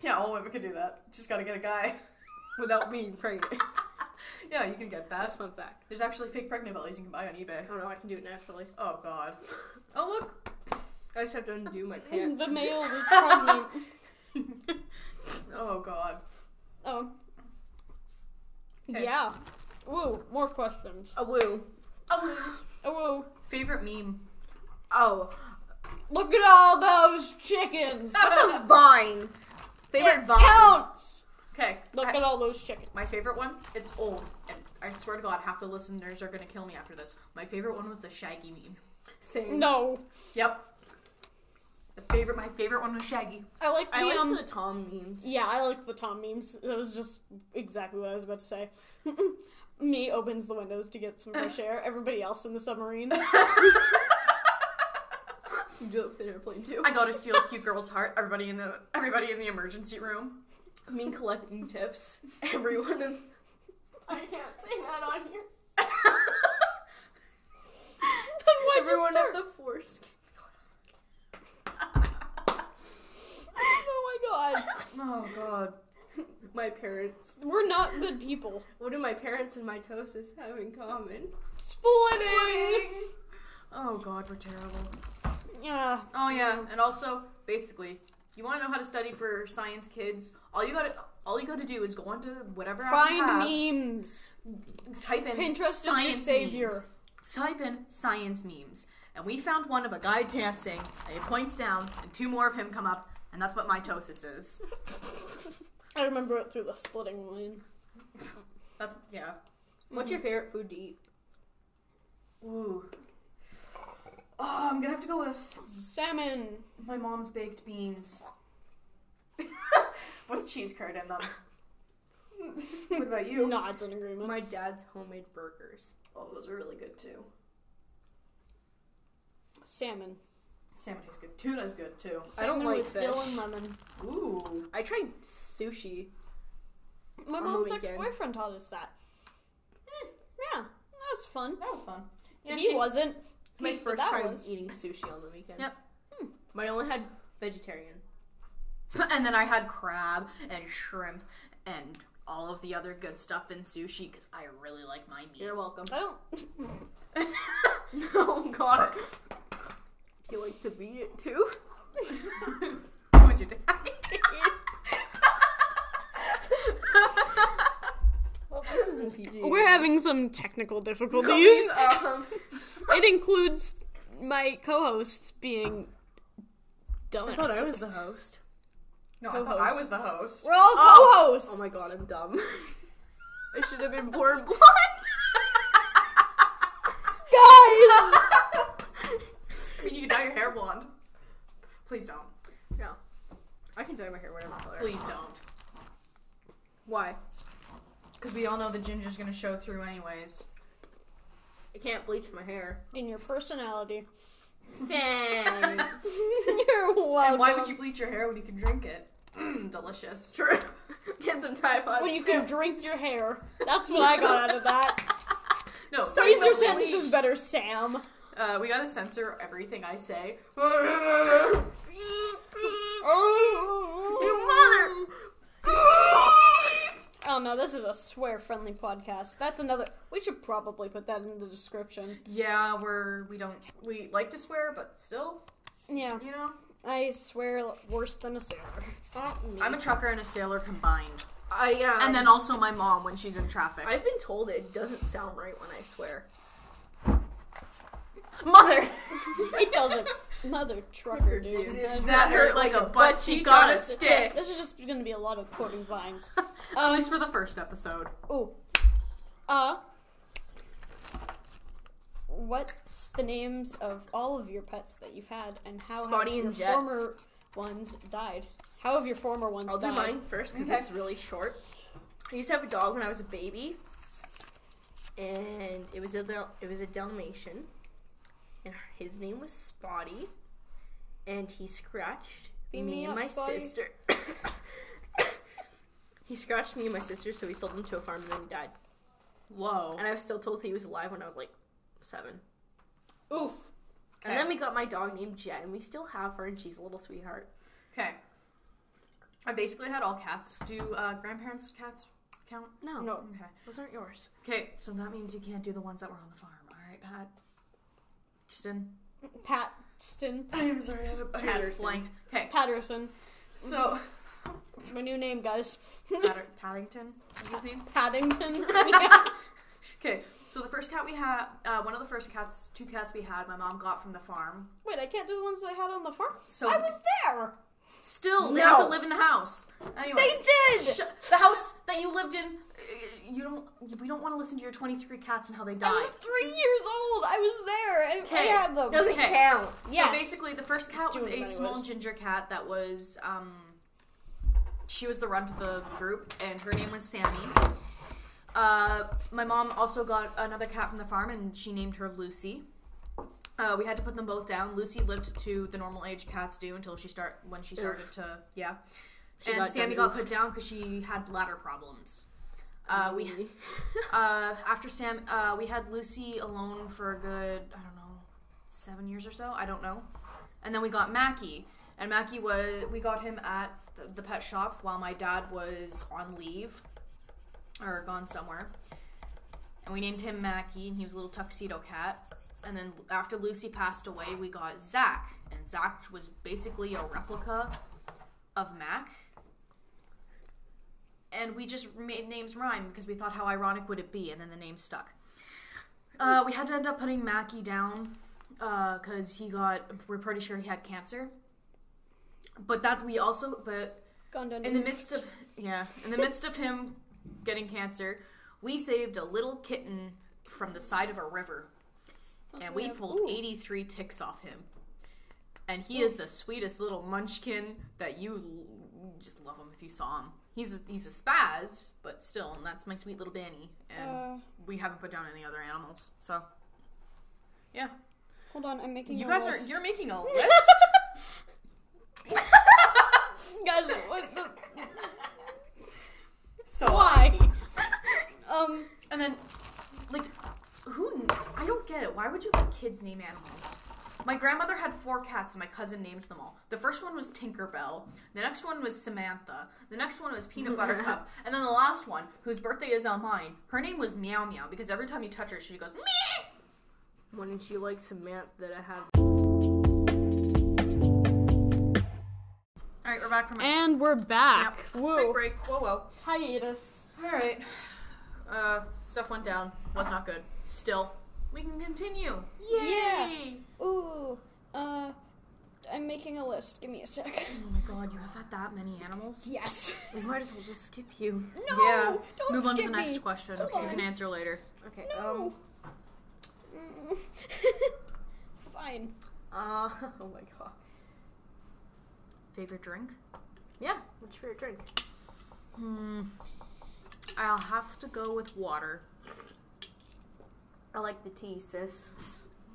Speaker 4: Yeah, all women can do that. Just gotta get a guy.
Speaker 1: without being pregnant.
Speaker 4: Yeah, you can get
Speaker 1: That's
Speaker 4: that.
Speaker 1: a fun fact.
Speaker 4: There's actually fake pregnant bellies you can buy on eBay.
Speaker 1: I don't know. I can do it naturally.
Speaker 4: Oh god. Oh look.
Speaker 1: I just have to undo my pants.
Speaker 2: The male was pregnant.
Speaker 4: Oh god.
Speaker 2: Oh.
Speaker 4: Okay.
Speaker 2: Yeah. Woo, more questions.
Speaker 1: A woo.
Speaker 4: Oh.
Speaker 2: Oh, woo.
Speaker 4: Favorite meme.
Speaker 1: Oh,
Speaker 2: Look at all those chickens.
Speaker 1: that's a vine. Favorite
Speaker 2: It
Speaker 1: vine.
Speaker 2: counts.
Speaker 4: Okay.
Speaker 2: Look
Speaker 4: I-
Speaker 2: at all those chickens.
Speaker 4: my favorite one. It's old, and I swear to God, half the listeners are gonna kill me after this. My favorite one was the Shaggy meme.
Speaker 1: Same.
Speaker 2: No,
Speaker 4: Yep. The favorite. My favorite one was Shaggy.
Speaker 2: I like the
Speaker 1: I like
Speaker 2: um.
Speaker 1: the Tom memes.
Speaker 2: Yeah, I like the Tom memes. That was just exactly what I was about to say. Me opens the windows to get some fresh air. Everybody else in the submarine.
Speaker 1: You do it with an airplane too.
Speaker 4: I go to steal a cute girl's heart. Everybody in the everybody in the emergency room.
Speaker 1: Me collecting tips. Everyone in. I can't say that on here.
Speaker 2: Why'd you
Speaker 1: Everyone at
Speaker 2: start?
Speaker 1: the foreskin.
Speaker 2: oh my god,
Speaker 4: Oh God.
Speaker 1: My parents.
Speaker 2: we're not good people.
Speaker 1: What do my parents and mitosis have in common?
Speaker 2: Splitting.
Speaker 4: Oh God, we're terrible.
Speaker 2: Yeah.
Speaker 4: Oh yeah, and also basically, you want to know how to study for science, kids? All you gotta all you gotta do is go onto whatever app you
Speaker 2: Find
Speaker 4: have,
Speaker 2: memes.
Speaker 4: type in
Speaker 2: Pinterest is your
Speaker 4: science
Speaker 2: savior.
Speaker 4: memes. Type in science memes, and we found one of a guy dancing. And it points down, and two more of him come up, and that's what mitosis is.
Speaker 2: I remember it through the splitting line.
Speaker 4: That's yeah.
Speaker 1: What's your favorite food to eat?
Speaker 4: Ooh. Oh, I'm gonna have to go with
Speaker 2: Salmon.
Speaker 4: my mom's baked beans. with cheese curd in them. what about you?
Speaker 2: Nods in agreement.
Speaker 1: My dad's homemade burgers.
Speaker 4: Oh, those are really good too.
Speaker 2: Salmon.
Speaker 4: Salmon tastes good. Tuna's good too.
Speaker 1: I don't
Speaker 2: Salmon
Speaker 1: like
Speaker 2: with
Speaker 1: fish.
Speaker 2: dill and lemon.
Speaker 4: Ooh.
Speaker 1: I tried sushi.
Speaker 2: My
Speaker 1: On the
Speaker 2: mom's
Speaker 1: weekend.
Speaker 2: ex-boyfriend taught us that. Yeah, that was fun.
Speaker 4: That was fun.
Speaker 2: he
Speaker 4: she-
Speaker 2: wasn't.
Speaker 1: My
Speaker 2: He- but
Speaker 1: first
Speaker 2: that
Speaker 1: time
Speaker 2: was-
Speaker 1: eating sushi on the weekend. Hmm.
Speaker 4: Yep.
Speaker 1: But I only had vegetarian.
Speaker 4: and then I had crab and shrimp and all of the other good stuff in sushi because I really like my meat.
Speaker 1: You're welcome.
Speaker 2: I don't.
Speaker 1: oh god. Do you like to beat it too?
Speaker 4: Who was your daddy?
Speaker 1: Well, this isn't PG.
Speaker 2: We're having some technical difficulties.
Speaker 1: these. Um,
Speaker 2: it includes my co-hosts being dumb.
Speaker 1: I thought I was the host.
Speaker 4: no, I thought I was the host.
Speaker 2: We're all
Speaker 1: Oh!
Speaker 2: co-hosts.
Speaker 1: Oh my god, I'm dumb. I should have been born blind.
Speaker 2: Guys,
Speaker 4: I mean, you can dye your hair blonde. Please don't.
Speaker 1: No. I can dye my hair whatever color.
Speaker 4: Please don't.
Speaker 1: Why?
Speaker 4: Because we all know the ginger's gonna show through anyways.
Speaker 1: I can't bleach my hair.
Speaker 2: in your personality,
Speaker 1: Thanks.
Speaker 2: you're welcome.
Speaker 4: And why would you bleach your hair when you can drink it? Mm, delicious.
Speaker 1: True. Get some tie pods.
Speaker 2: When you can drink your hair. That's what I got out of that.
Speaker 4: No,
Speaker 2: Phrase your
Speaker 4: talking about bleach.
Speaker 2: sentences better, Sam.
Speaker 4: Uh, we gotta censor everything I say.
Speaker 2: Mm. Oh, no, this is a swear friendly podcast. That's another. We should probably put that in the description.
Speaker 4: Yeah, we're we don't we like to swear, but still,
Speaker 2: Yeah,
Speaker 4: you know,
Speaker 2: I swear worse than a sailor.
Speaker 4: I'm a trucker and a sailor combined,
Speaker 1: I um,
Speaker 4: and then also my mom when she's in traffic.
Speaker 1: I've been told it doesn't sound right when I swear.
Speaker 4: Mother,
Speaker 2: It doesn't. Mother trucker, dude.
Speaker 4: that hurt like a butt. She got a stick.
Speaker 2: This is just going to be a lot of quoting vines. Um,
Speaker 4: At least for the first episode.
Speaker 2: Oh. Uh. What's the names of all of your pets that you've had, and how
Speaker 1: Spotty
Speaker 2: have your
Speaker 1: and Jet.
Speaker 2: former ones died? How have your former ones
Speaker 1: I'll do
Speaker 2: died?
Speaker 1: mine first because
Speaker 4: Okay.
Speaker 1: it's really short. I used to have a dog when I was a baby, and it was a Dal- it was a Dalmatian, and his name was Spotty, and he scratched
Speaker 2: Beam me
Speaker 1: me and
Speaker 2: up,
Speaker 1: my
Speaker 2: Spotty.
Speaker 1: sister. he scratched me and my sister, so we sold him to a farm, and then he died.
Speaker 4: Whoa.
Speaker 1: And I was still told he was alive when I was like seven.
Speaker 4: Oof.
Speaker 1: And then we got my dog named Jet, and we still have her, and she's a little sweetheart.
Speaker 4: Okay. I basically had all cats. Do uh, grandparents' cats count?
Speaker 1: No,
Speaker 2: No.
Speaker 4: Okay.
Speaker 1: those aren't yours.
Speaker 4: Okay, so that means you can't do the ones that were on the farm. All right, Pat. Kristen.
Speaker 2: Patston.
Speaker 4: I am sorry, I had a I had a
Speaker 1: Patterson.
Speaker 4: blanked. Okay,
Speaker 2: Patterson.
Speaker 4: so
Speaker 2: It's my new name, guys.
Speaker 4: Patter- Paddington is his name.
Speaker 2: Paddington.
Speaker 4: Okay, so the first cat we had, uh, one of the first cats, two cats we had, my mom got from the farm.
Speaker 2: Wait, I can't do the ones I had on the farm.
Speaker 4: So
Speaker 2: I was there.
Speaker 4: still, they have to
Speaker 1: No.
Speaker 4: live in the house. Anyway,
Speaker 2: They did!
Speaker 4: Sh- the house that you lived in. uh, You don't. We don't want to listen to your twenty-three cats and how they
Speaker 2: I
Speaker 4: died.
Speaker 2: was three years old. I was there. I, I
Speaker 4: Okay.
Speaker 2: had them.
Speaker 1: Doesn't
Speaker 4: Okay.
Speaker 1: count.
Speaker 2: yes.
Speaker 4: So basically, the first cat was
Speaker 2: Doing
Speaker 4: a
Speaker 2: it
Speaker 4: small
Speaker 2: anyways.
Speaker 4: ginger cat that was. Um, she was the runt of the group, and her name was Sammy. Uh, my mom also got another cat from the farm, and she named her Lucy. Uh, we had to put them both down. Lucy lived to the normal age cats do until she start when she started to yeah.
Speaker 1: She
Speaker 4: and
Speaker 1: got
Speaker 4: Sammy
Speaker 1: done
Speaker 4: got put down because she had bladder problems. Uh, we
Speaker 1: Me.
Speaker 4: uh, after Sam, uh, we had Lucy alone for a good, I don't know, seven years or so. I don't know. And then we got Mackie. And Mackie was, we got him at the, the pet shop while my dad was on leave or gone somewhere. And we named him Mackie, and he was a little tuxedo cat. And then after Lucy passed away, we got Zach. And Zach was basically a replica of Mac. And we just made names rhyme because we thought how ironic would it be, and then the name stuck. Uh, we had to end up putting Mackie down because he got. We're pretty sure he had cancer. But that we also, but
Speaker 2: Gone down to
Speaker 4: in the midst of yeah, in the midst of him getting cancer, we saved a little kitten from the side of a river,
Speaker 2: Plus
Speaker 4: and we
Speaker 2: have-
Speaker 4: pulled
Speaker 2: ooh,
Speaker 4: 83 ticks off him. And he is the sweetest little munchkin that you l- you just love him if you saw him. He's a, he's a spaz, but still, and that's my sweet little Benny. And
Speaker 2: Uh,
Speaker 4: we haven't put down any other animals, so yeah.
Speaker 2: hold on, I'm making
Speaker 4: You
Speaker 2: a
Speaker 4: guys
Speaker 2: list.
Speaker 4: are you're making a list.
Speaker 2: guys. What the,
Speaker 4: so
Speaker 2: why? um,
Speaker 4: And then, like, who? I don't get it. Why would you let kids name animals? My grandmother had four cats, and my cousin named them all. The first one was Tinkerbell. The next one was Samantha. The next one was Peanut Butter Cup. And then the last one, whose birthday is on mine, her name was Meow Meow because every time you touch her, she goes meh.
Speaker 1: Wouldn't you like Samantha to have?
Speaker 4: All right, we're back from a
Speaker 2: and we're back.
Speaker 4: quick
Speaker 2: Whoa,
Speaker 4: break. Whoa, whoa.
Speaker 2: hiatus.
Speaker 4: All right. Uh, stuff went down. Was not good. Still, we can continue.
Speaker 2: Yeah. Ooh, uh, I'm making a list. Give me a sec.
Speaker 4: Oh my God, you have had that many animals.
Speaker 2: Yes.
Speaker 1: We might as well just skip you.
Speaker 2: No.
Speaker 4: yeah.
Speaker 2: Don't
Speaker 4: Move on to
Speaker 2: skip
Speaker 4: the next
Speaker 2: me.
Speaker 4: question.
Speaker 2: Hold
Speaker 4: You
Speaker 2: on.
Speaker 4: can answer later.
Speaker 1: Okay.
Speaker 2: No. Mm. Fine.
Speaker 1: Um. Uh. Oh my god.
Speaker 4: Favorite drink?
Speaker 1: Yeah. What's your favorite drink?
Speaker 4: Hmm. I'll have to go with water.
Speaker 1: I like the tea, sis.
Speaker 4: Oh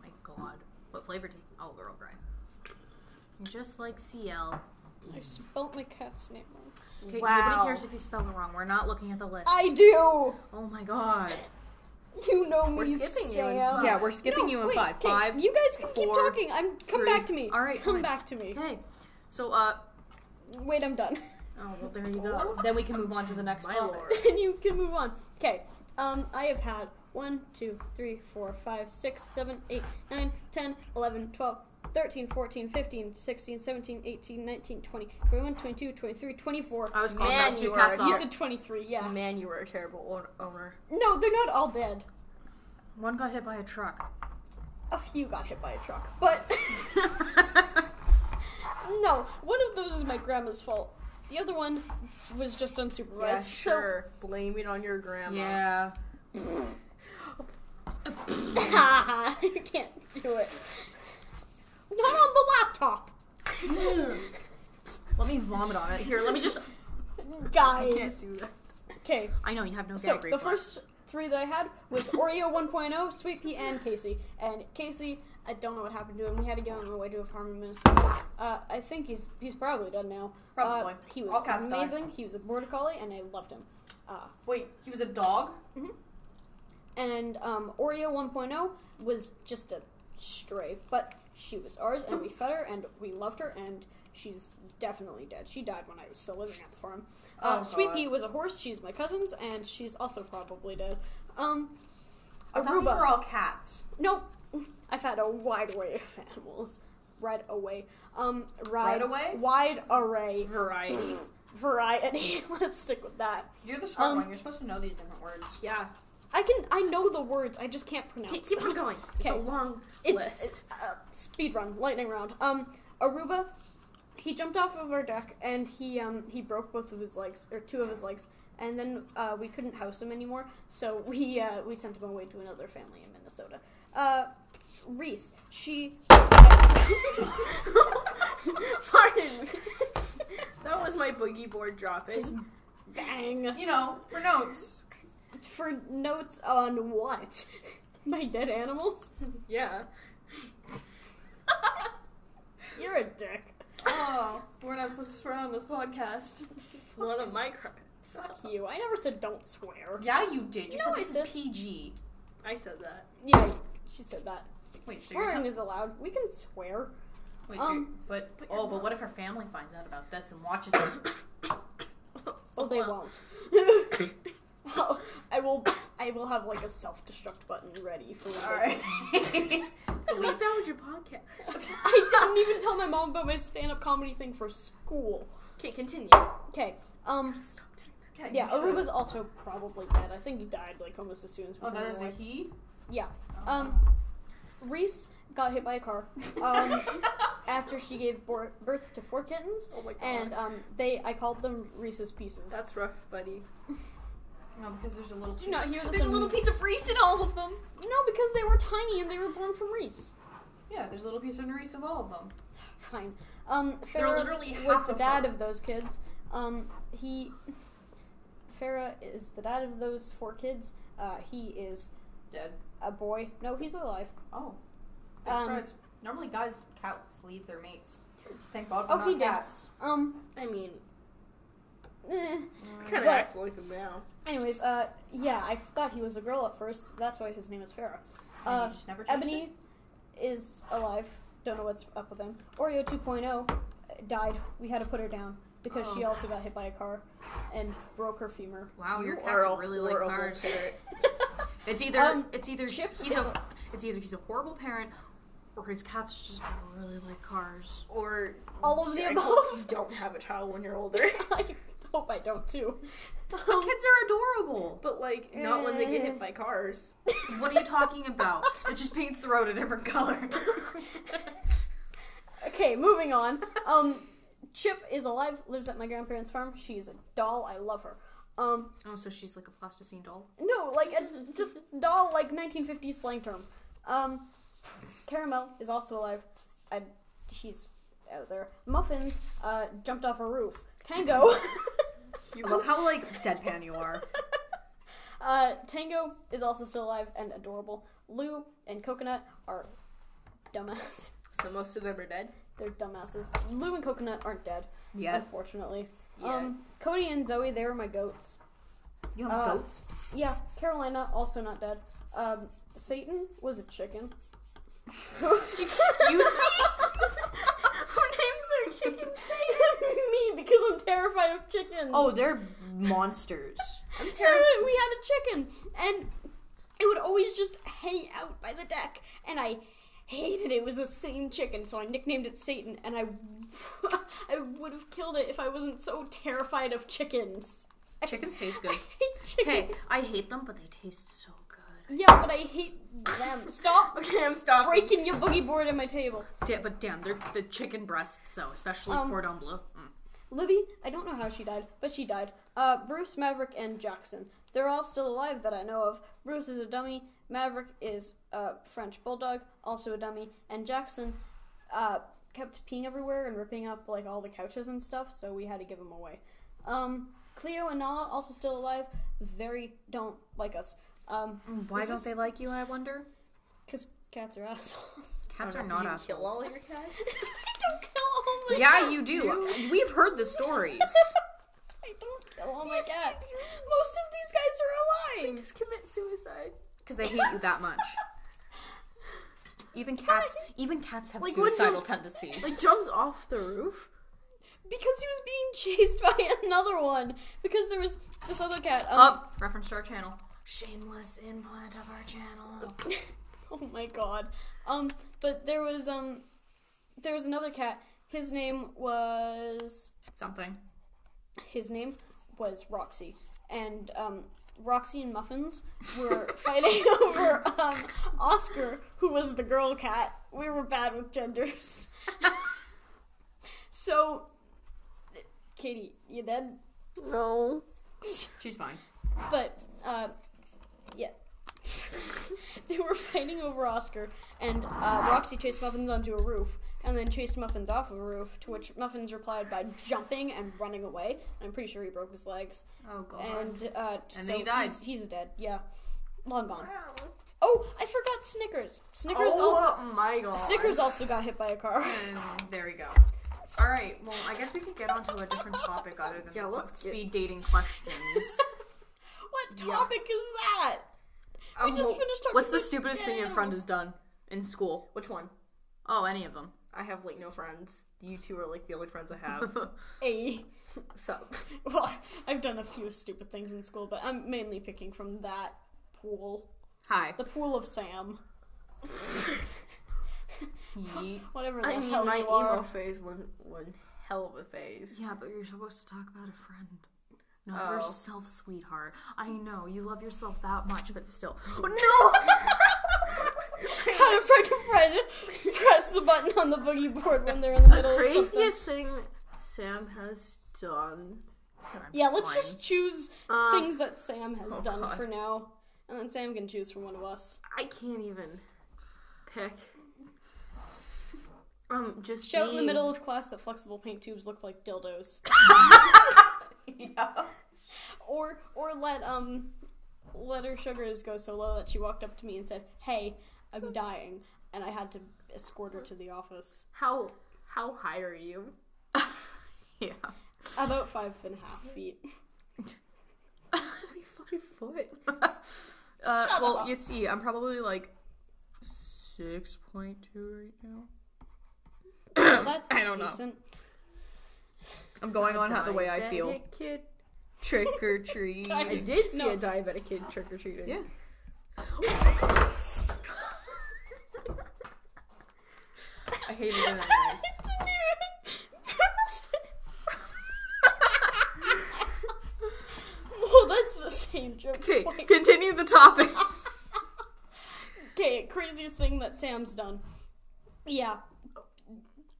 Speaker 4: my God. What flavor tea? Oh, Earl Grey. You're just like CL.
Speaker 2: I spelt my cat's name wrong.
Speaker 4: Okay,
Speaker 1: Wow.
Speaker 4: Nobody cares if you spell it wrong. We're not looking at the list.
Speaker 2: I do.
Speaker 4: oh my God.
Speaker 2: You know me.
Speaker 4: We're skipping you in
Speaker 2: Sam.
Speaker 4: five. Yeah, we're skipping
Speaker 2: No,
Speaker 4: you in
Speaker 2: wait,
Speaker 4: five.
Speaker 2: 'kay,
Speaker 4: Five,
Speaker 2: You guys can
Speaker 4: four,
Speaker 2: keep talking. I'm come
Speaker 4: three.
Speaker 2: back to me.
Speaker 4: All right,
Speaker 2: come
Speaker 4: fine.
Speaker 2: back to me.
Speaker 4: Okay. So, uh,
Speaker 2: Wait, I'm done.
Speaker 4: oh, well, there you go. Then we can move on to the next
Speaker 1: My
Speaker 4: topic.
Speaker 1: lord.
Speaker 2: and you can move on. Okay. Um, I have had one, two, three, four, five, six, seven, eight, nine, 10, 11, 12, 13, 14, 15, 16, 17, 18, 19, 20, 21, 22, 23, 24.
Speaker 4: I was calling
Speaker 1: Man,
Speaker 4: those
Speaker 1: you
Speaker 4: two
Speaker 1: are
Speaker 4: cats
Speaker 1: a
Speaker 2: You
Speaker 4: off.
Speaker 2: said 23, yeah.
Speaker 1: Man, you were a terrible own- owner.
Speaker 2: No, they're not all dead.
Speaker 4: One got hit by a truck.
Speaker 2: A few got hit by a truck, but no, one of those is my grandma's fault. The other one was just unsupervised.
Speaker 1: Blame it on your grandma.
Speaker 4: Yeah.
Speaker 2: So, haha, you can't do it. Not on the laptop,
Speaker 4: Let me vomit on it. Here, let me just.
Speaker 2: guys.
Speaker 1: do that.
Speaker 2: Okay,
Speaker 4: I know you have no
Speaker 2: so
Speaker 4: gag
Speaker 2: the
Speaker 4: reflex.
Speaker 2: first three that I had was Oreo 1.0, Sweet Pea, and Casey. And Casey, I don't know what happened to him. We had to get him away to a farm in Minnesota. Uh, I think he's he's probably dead now. Uh,
Speaker 4: Probably.
Speaker 2: he was
Speaker 4: All cats die.
Speaker 2: amazing. He was a border collie, and I loved him. Uh,
Speaker 4: Wait, he was a dog?
Speaker 2: and um, Oreo 1.0 was just a stray, but she was ours, and we fed her, and we loved her, and she's definitely dead. She died when I was still living at the farm. Uh,
Speaker 4: Oh,
Speaker 2: Sweet
Speaker 4: God.
Speaker 2: Pea was a horse. She's my cousin's, and she's also probably dead. Um,
Speaker 4: I thought these
Speaker 2: Aruba.
Speaker 4: were all cats.
Speaker 2: nope. I've had a wide array of animals. Right away. Um,
Speaker 4: Right
Speaker 2: ride,
Speaker 4: away?
Speaker 2: Wide array.
Speaker 1: Variety.
Speaker 2: Variety. Let's stick with that.
Speaker 4: You're the smart
Speaker 2: Um,
Speaker 4: one. You're supposed to know these different words.
Speaker 1: yeah.
Speaker 2: I can. I know the words. I just can't pronounce.
Speaker 1: Keep, keep
Speaker 2: them.
Speaker 1: on going. It's a
Speaker 2: Okay.
Speaker 1: long
Speaker 2: It's,
Speaker 1: list.
Speaker 2: it's uh, speed run, lightning round. Um, Aruba, he jumped off of our deck and he um he broke both of his legs or two of his legs, and then uh, we couldn't house him anymore, so we uh, we sent him away to another family in Minnesota. Uh, Reese, she.
Speaker 1: Pardon me. That was my boogie board dropping.
Speaker 2: Just bang
Speaker 4: You know, for notes.
Speaker 2: for notes on what? My dead animals?
Speaker 1: yeah.
Speaker 2: You're a dick.
Speaker 4: oh, we're not supposed to swear on this podcast.
Speaker 1: One of my cri-
Speaker 2: Fuck you. I never said don't swear.
Speaker 4: Yeah, you did. You
Speaker 2: No,
Speaker 4: said
Speaker 2: I
Speaker 4: this
Speaker 2: did.
Speaker 4: is PG.
Speaker 1: I said that.
Speaker 2: Yeah, she said that.
Speaker 4: Wait, so you're
Speaker 2: Swearing
Speaker 4: tell-
Speaker 2: is allowed. We can swear.
Speaker 4: wait, so
Speaker 2: um,
Speaker 4: you're- but,
Speaker 1: but
Speaker 4: oh,
Speaker 1: you're
Speaker 4: but
Speaker 1: not.
Speaker 4: what if her family finds out about this and watches? it?
Speaker 2: Oh, they
Speaker 1: Well.
Speaker 2: won't. oh, I will. I will have like a self-destruct button ready for.
Speaker 4: all right.
Speaker 1: That's what I found your podcast.
Speaker 2: I didn't even tell my mom about my stand-up comedy thing for school.
Speaker 1: Okay, continue.
Speaker 2: Okay. Um.
Speaker 1: Stop doing that.
Speaker 4: Okay,
Speaker 2: Yeah,
Speaker 4: you should.
Speaker 2: Aruba's also probably dead. I think he died like almost as soon as we
Speaker 4: Oh,
Speaker 2: sent
Speaker 4: that
Speaker 2: him
Speaker 4: is a
Speaker 2: away.
Speaker 4: he.
Speaker 2: Yeah. Um. Reese got hit by a car um, after she gave bor- birth to four kittens,
Speaker 1: Oh my god.
Speaker 2: and um, they I called them Reese's Pieces.
Speaker 1: That's rough, buddy.
Speaker 3: No, because there's a little.
Speaker 2: Did you not hear that
Speaker 3: There's a
Speaker 2: the-
Speaker 3: little piece of Reese in all of them.
Speaker 2: No, because they were tiny and they were born from Reese.
Speaker 3: Yeah, there's a little piece of Reese in all of them.
Speaker 2: Fine. Um,
Speaker 3: They're
Speaker 2: Farah
Speaker 3: literally
Speaker 2: was
Speaker 3: half
Speaker 2: the
Speaker 3: of
Speaker 2: dad
Speaker 3: her.
Speaker 2: of those kids. Um, he. Farah is the dad of those four kids. Uh, he is
Speaker 3: Dead.
Speaker 2: a boy. No, he's alive.
Speaker 3: Oh. Big
Speaker 2: Um,
Speaker 3: surprise. Normally, guys, cats leave their mates. Thank God.
Speaker 2: Oh,
Speaker 3: We're
Speaker 2: he
Speaker 3: not
Speaker 2: did.
Speaker 3: cats.
Speaker 2: Um,
Speaker 1: I mean,
Speaker 2: eh.
Speaker 1: kind
Speaker 2: But-
Speaker 1: of acts like him now.
Speaker 2: anyways, uh, yeah, I thought he was a girl at first. That's why his name is Farah.
Speaker 3: And you
Speaker 2: Uh,
Speaker 3: just never changed
Speaker 2: Ebony is alive. Don't know what's up with him. Oreo 2.0 died. We had to put her down because she
Speaker 3: Oh.
Speaker 2: also got hit by a car and broke her femur.
Speaker 4: Wow, your
Speaker 1: You
Speaker 4: cat's
Speaker 1: are a
Speaker 4: really like
Speaker 1: horrible
Speaker 4: cars.
Speaker 1: parent.
Speaker 4: It's either
Speaker 2: Um,
Speaker 4: it's either
Speaker 2: Chip
Speaker 4: he's
Speaker 2: is-
Speaker 4: a it's either he's a horrible parent or his cats just really like cars.
Speaker 1: Or
Speaker 2: All of the
Speaker 1: I hope
Speaker 2: above.
Speaker 1: you don't have a child when you're older.
Speaker 2: I hope I don't too.
Speaker 4: But kids are adorable.
Speaker 1: But like, not when they get hit by cars.
Speaker 4: What are you talking about?
Speaker 3: It just paints the road a different color.
Speaker 2: Okay, moving on. Um, Chip is alive. Lives at my grandparents' farm. She's a doll. I love her. Um,
Speaker 4: Oh, so she's like a plasticine doll.
Speaker 2: no, like a just doll, like 1950s slang term. Um, Caramel is also alive. I, she's out there. Muffins uh, jumped off a roof. Tango.
Speaker 3: you love how like deadpan you are.
Speaker 2: Uh, Tango is also still alive and adorable. Lou and Coconut are dumbass.
Speaker 1: So most of them are dead.
Speaker 2: They're dumbasses. Lou and Coconut aren't dead,
Speaker 3: Yeah.
Speaker 2: unfortunately.
Speaker 1: Yeah.
Speaker 2: Um, Cody and Zoe, they were my goats.
Speaker 3: You have
Speaker 2: Uh,
Speaker 3: goats.
Speaker 2: Yeah, Carolina also not dead. Um, Satan was a chicken.
Speaker 4: Excuse me? Who names their chicken?
Speaker 2: Me, because I'm terrified of chickens.
Speaker 3: Oh, they're monsters.
Speaker 1: I'm
Speaker 2: Yeah,
Speaker 1: terrified.
Speaker 2: we had a chicken, and it would always just hang out by the deck, and I hated it. It was the same chicken, so I nicknamed it Satan, and I, I would have killed it if I wasn't so terrified of chickens.
Speaker 4: Chickens taste good.
Speaker 2: I hate chickens.
Speaker 4: Hey, I hate them, but they taste so good.
Speaker 2: Yeah, but I hate them. Stop
Speaker 1: Okay, I'm stopping.
Speaker 2: breaking your boogie board at my table.
Speaker 4: Da- but damn, they're the chicken breasts though, especially
Speaker 2: Um,
Speaker 4: cordon bleu. Mm.
Speaker 2: Libby, I don't know how she died, but she died. Uh, Bruce, Maverick, and Jackson. They're all still alive that I know of. Bruce is a dummy. Maverick is a French bulldog, also a dummy. And Jackson uh, kept peeing everywhere and ripping up like all the couches and stuff, so we had to give him away. Um, Cleo and Nala also still alive. Very don't like us. Um,
Speaker 4: Why
Speaker 2: is
Speaker 4: don't
Speaker 2: this-
Speaker 4: they like you? I wonder.
Speaker 2: cause cats are assholes.
Speaker 4: Cats
Speaker 1: Oh,
Speaker 4: are
Speaker 1: no,
Speaker 4: not
Speaker 1: did you
Speaker 4: assholes.
Speaker 1: kill all your cats?
Speaker 2: I don't kill all my
Speaker 4: Yeah,
Speaker 2: cats.
Speaker 4: you do. We've heard the stories.
Speaker 2: I don't kill
Speaker 4: Oh
Speaker 2: all my cats. Most of these guys are alive.
Speaker 1: Just commit suicide.
Speaker 4: Because they hate you that much. Even cats, even cats have
Speaker 1: Like, when
Speaker 4: suicidal
Speaker 1: you-
Speaker 4: tendencies.
Speaker 1: Like jumps off the roof.
Speaker 2: Because he was being chased by another one. Because there was this other cat. Um,
Speaker 4: Up, Oh, reference to our channel. Shameless implant of our channel.
Speaker 2: Oh my god. Um, but there was um, there was another cat. His name was
Speaker 4: Something.
Speaker 2: his name was Roxy, and um, Roxy and Muffins were fighting over um, Oscar, who was the girl cat. We were bad with genders. so, Katie, you dead?
Speaker 1: No.
Speaker 4: She's fine.
Speaker 2: But uh, yeah, they were fighting over Oscar, and uh, Roxy chased Muffins onto a roof, and then chased Muffins off of a roof. To which Muffins replied by jumping and running away. I'm pretty sure he broke his legs,
Speaker 4: Oh god.
Speaker 2: and uh,
Speaker 4: And then
Speaker 2: so
Speaker 4: he died.
Speaker 2: He's, he's dead. Yeah, long gone. Oh, I forgot Snickers. Snickers also.
Speaker 3: Oh my
Speaker 4: uh,
Speaker 3: god.
Speaker 2: Snickers also got hit by a car.
Speaker 4: And there we go. All right. Well, I guess we could get onto a different topic other than
Speaker 1: Yeah,
Speaker 4: the
Speaker 1: let's get-
Speaker 4: speed dating questions.
Speaker 2: what
Speaker 4: Yeah.
Speaker 2: topic is that? We just finished talking.
Speaker 4: What's the
Speaker 2: about
Speaker 4: stupidest
Speaker 2: dead
Speaker 4: thing your friend
Speaker 2: animals.
Speaker 4: has done in school?
Speaker 1: Which one?
Speaker 4: Oh, any of them.
Speaker 1: I have like no friends. You two are like the only friends I have.
Speaker 2: A.
Speaker 1: so
Speaker 2: Well, I've done a few stupid things in school, but I'm mainly picking from that pool.
Speaker 4: Hi.
Speaker 2: The pool of Sam.
Speaker 4: Yeet.
Speaker 2: Whatever the
Speaker 1: I mean,
Speaker 2: hell
Speaker 1: my
Speaker 2: you are.
Speaker 1: emo phase was one hell of a phase.
Speaker 4: Yeah, but you're supposed to talk about a friend. No,
Speaker 1: Oh.
Speaker 4: yourself, sweetheart. I know you love yourself that much, but still. Oh,
Speaker 2: How to break a friend. Press the button on the boogie board when they're in the middle of something.
Speaker 1: thing Sam has done
Speaker 4: said I'm
Speaker 2: Yeah, let's
Speaker 4: fine.
Speaker 2: just choose
Speaker 1: Um,
Speaker 2: things that Sam has
Speaker 4: oh
Speaker 2: done
Speaker 4: God.
Speaker 2: for now, and then Sam can choose from one of us.
Speaker 1: I can't even pick. Um, just
Speaker 2: Shout in the
Speaker 1: being-
Speaker 2: middle of class that flexible paint tubes look like dildos,
Speaker 3: yeah.
Speaker 2: or or let um let her sugars go so low that she walked up to me and said, "Hey, I'm dying," and I had to escort her to the office.
Speaker 1: How how high are you?
Speaker 4: Yeah.
Speaker 2: About five and a half feet.
Speaker 1: Only five foot.
Speaker 4: Uh,
Speaker 2: Shut
Speaker 4: well,
Speaker 2: up.
Speaker 4: you see, I'm probably like six point two right now.
Speaker 2: Well, that's
Speaker 4: I don't know.
Speaker 2: decent.
Speaker 4: I'm going on how the way I
Speaker 1: Diabetic
Speaker 4: feel.
Speaker 1: Kid.
Speaker 4: Trick or treat.
Speaker 1: I
Speaker 2: I-
Speaker 1: did see
Speaker 2: No.
Speaker 1: a diabetic kid trick or treating.
Speaker 4: Yeah. I hated it. anyways.
Speaker 2: well, that's the same joke.
Speaker 4: Okay,
Speaker 2: point.
Speaker 4: continue the topic.
Speaker 2: Okay, craziest thing that Sam's done. Yeah.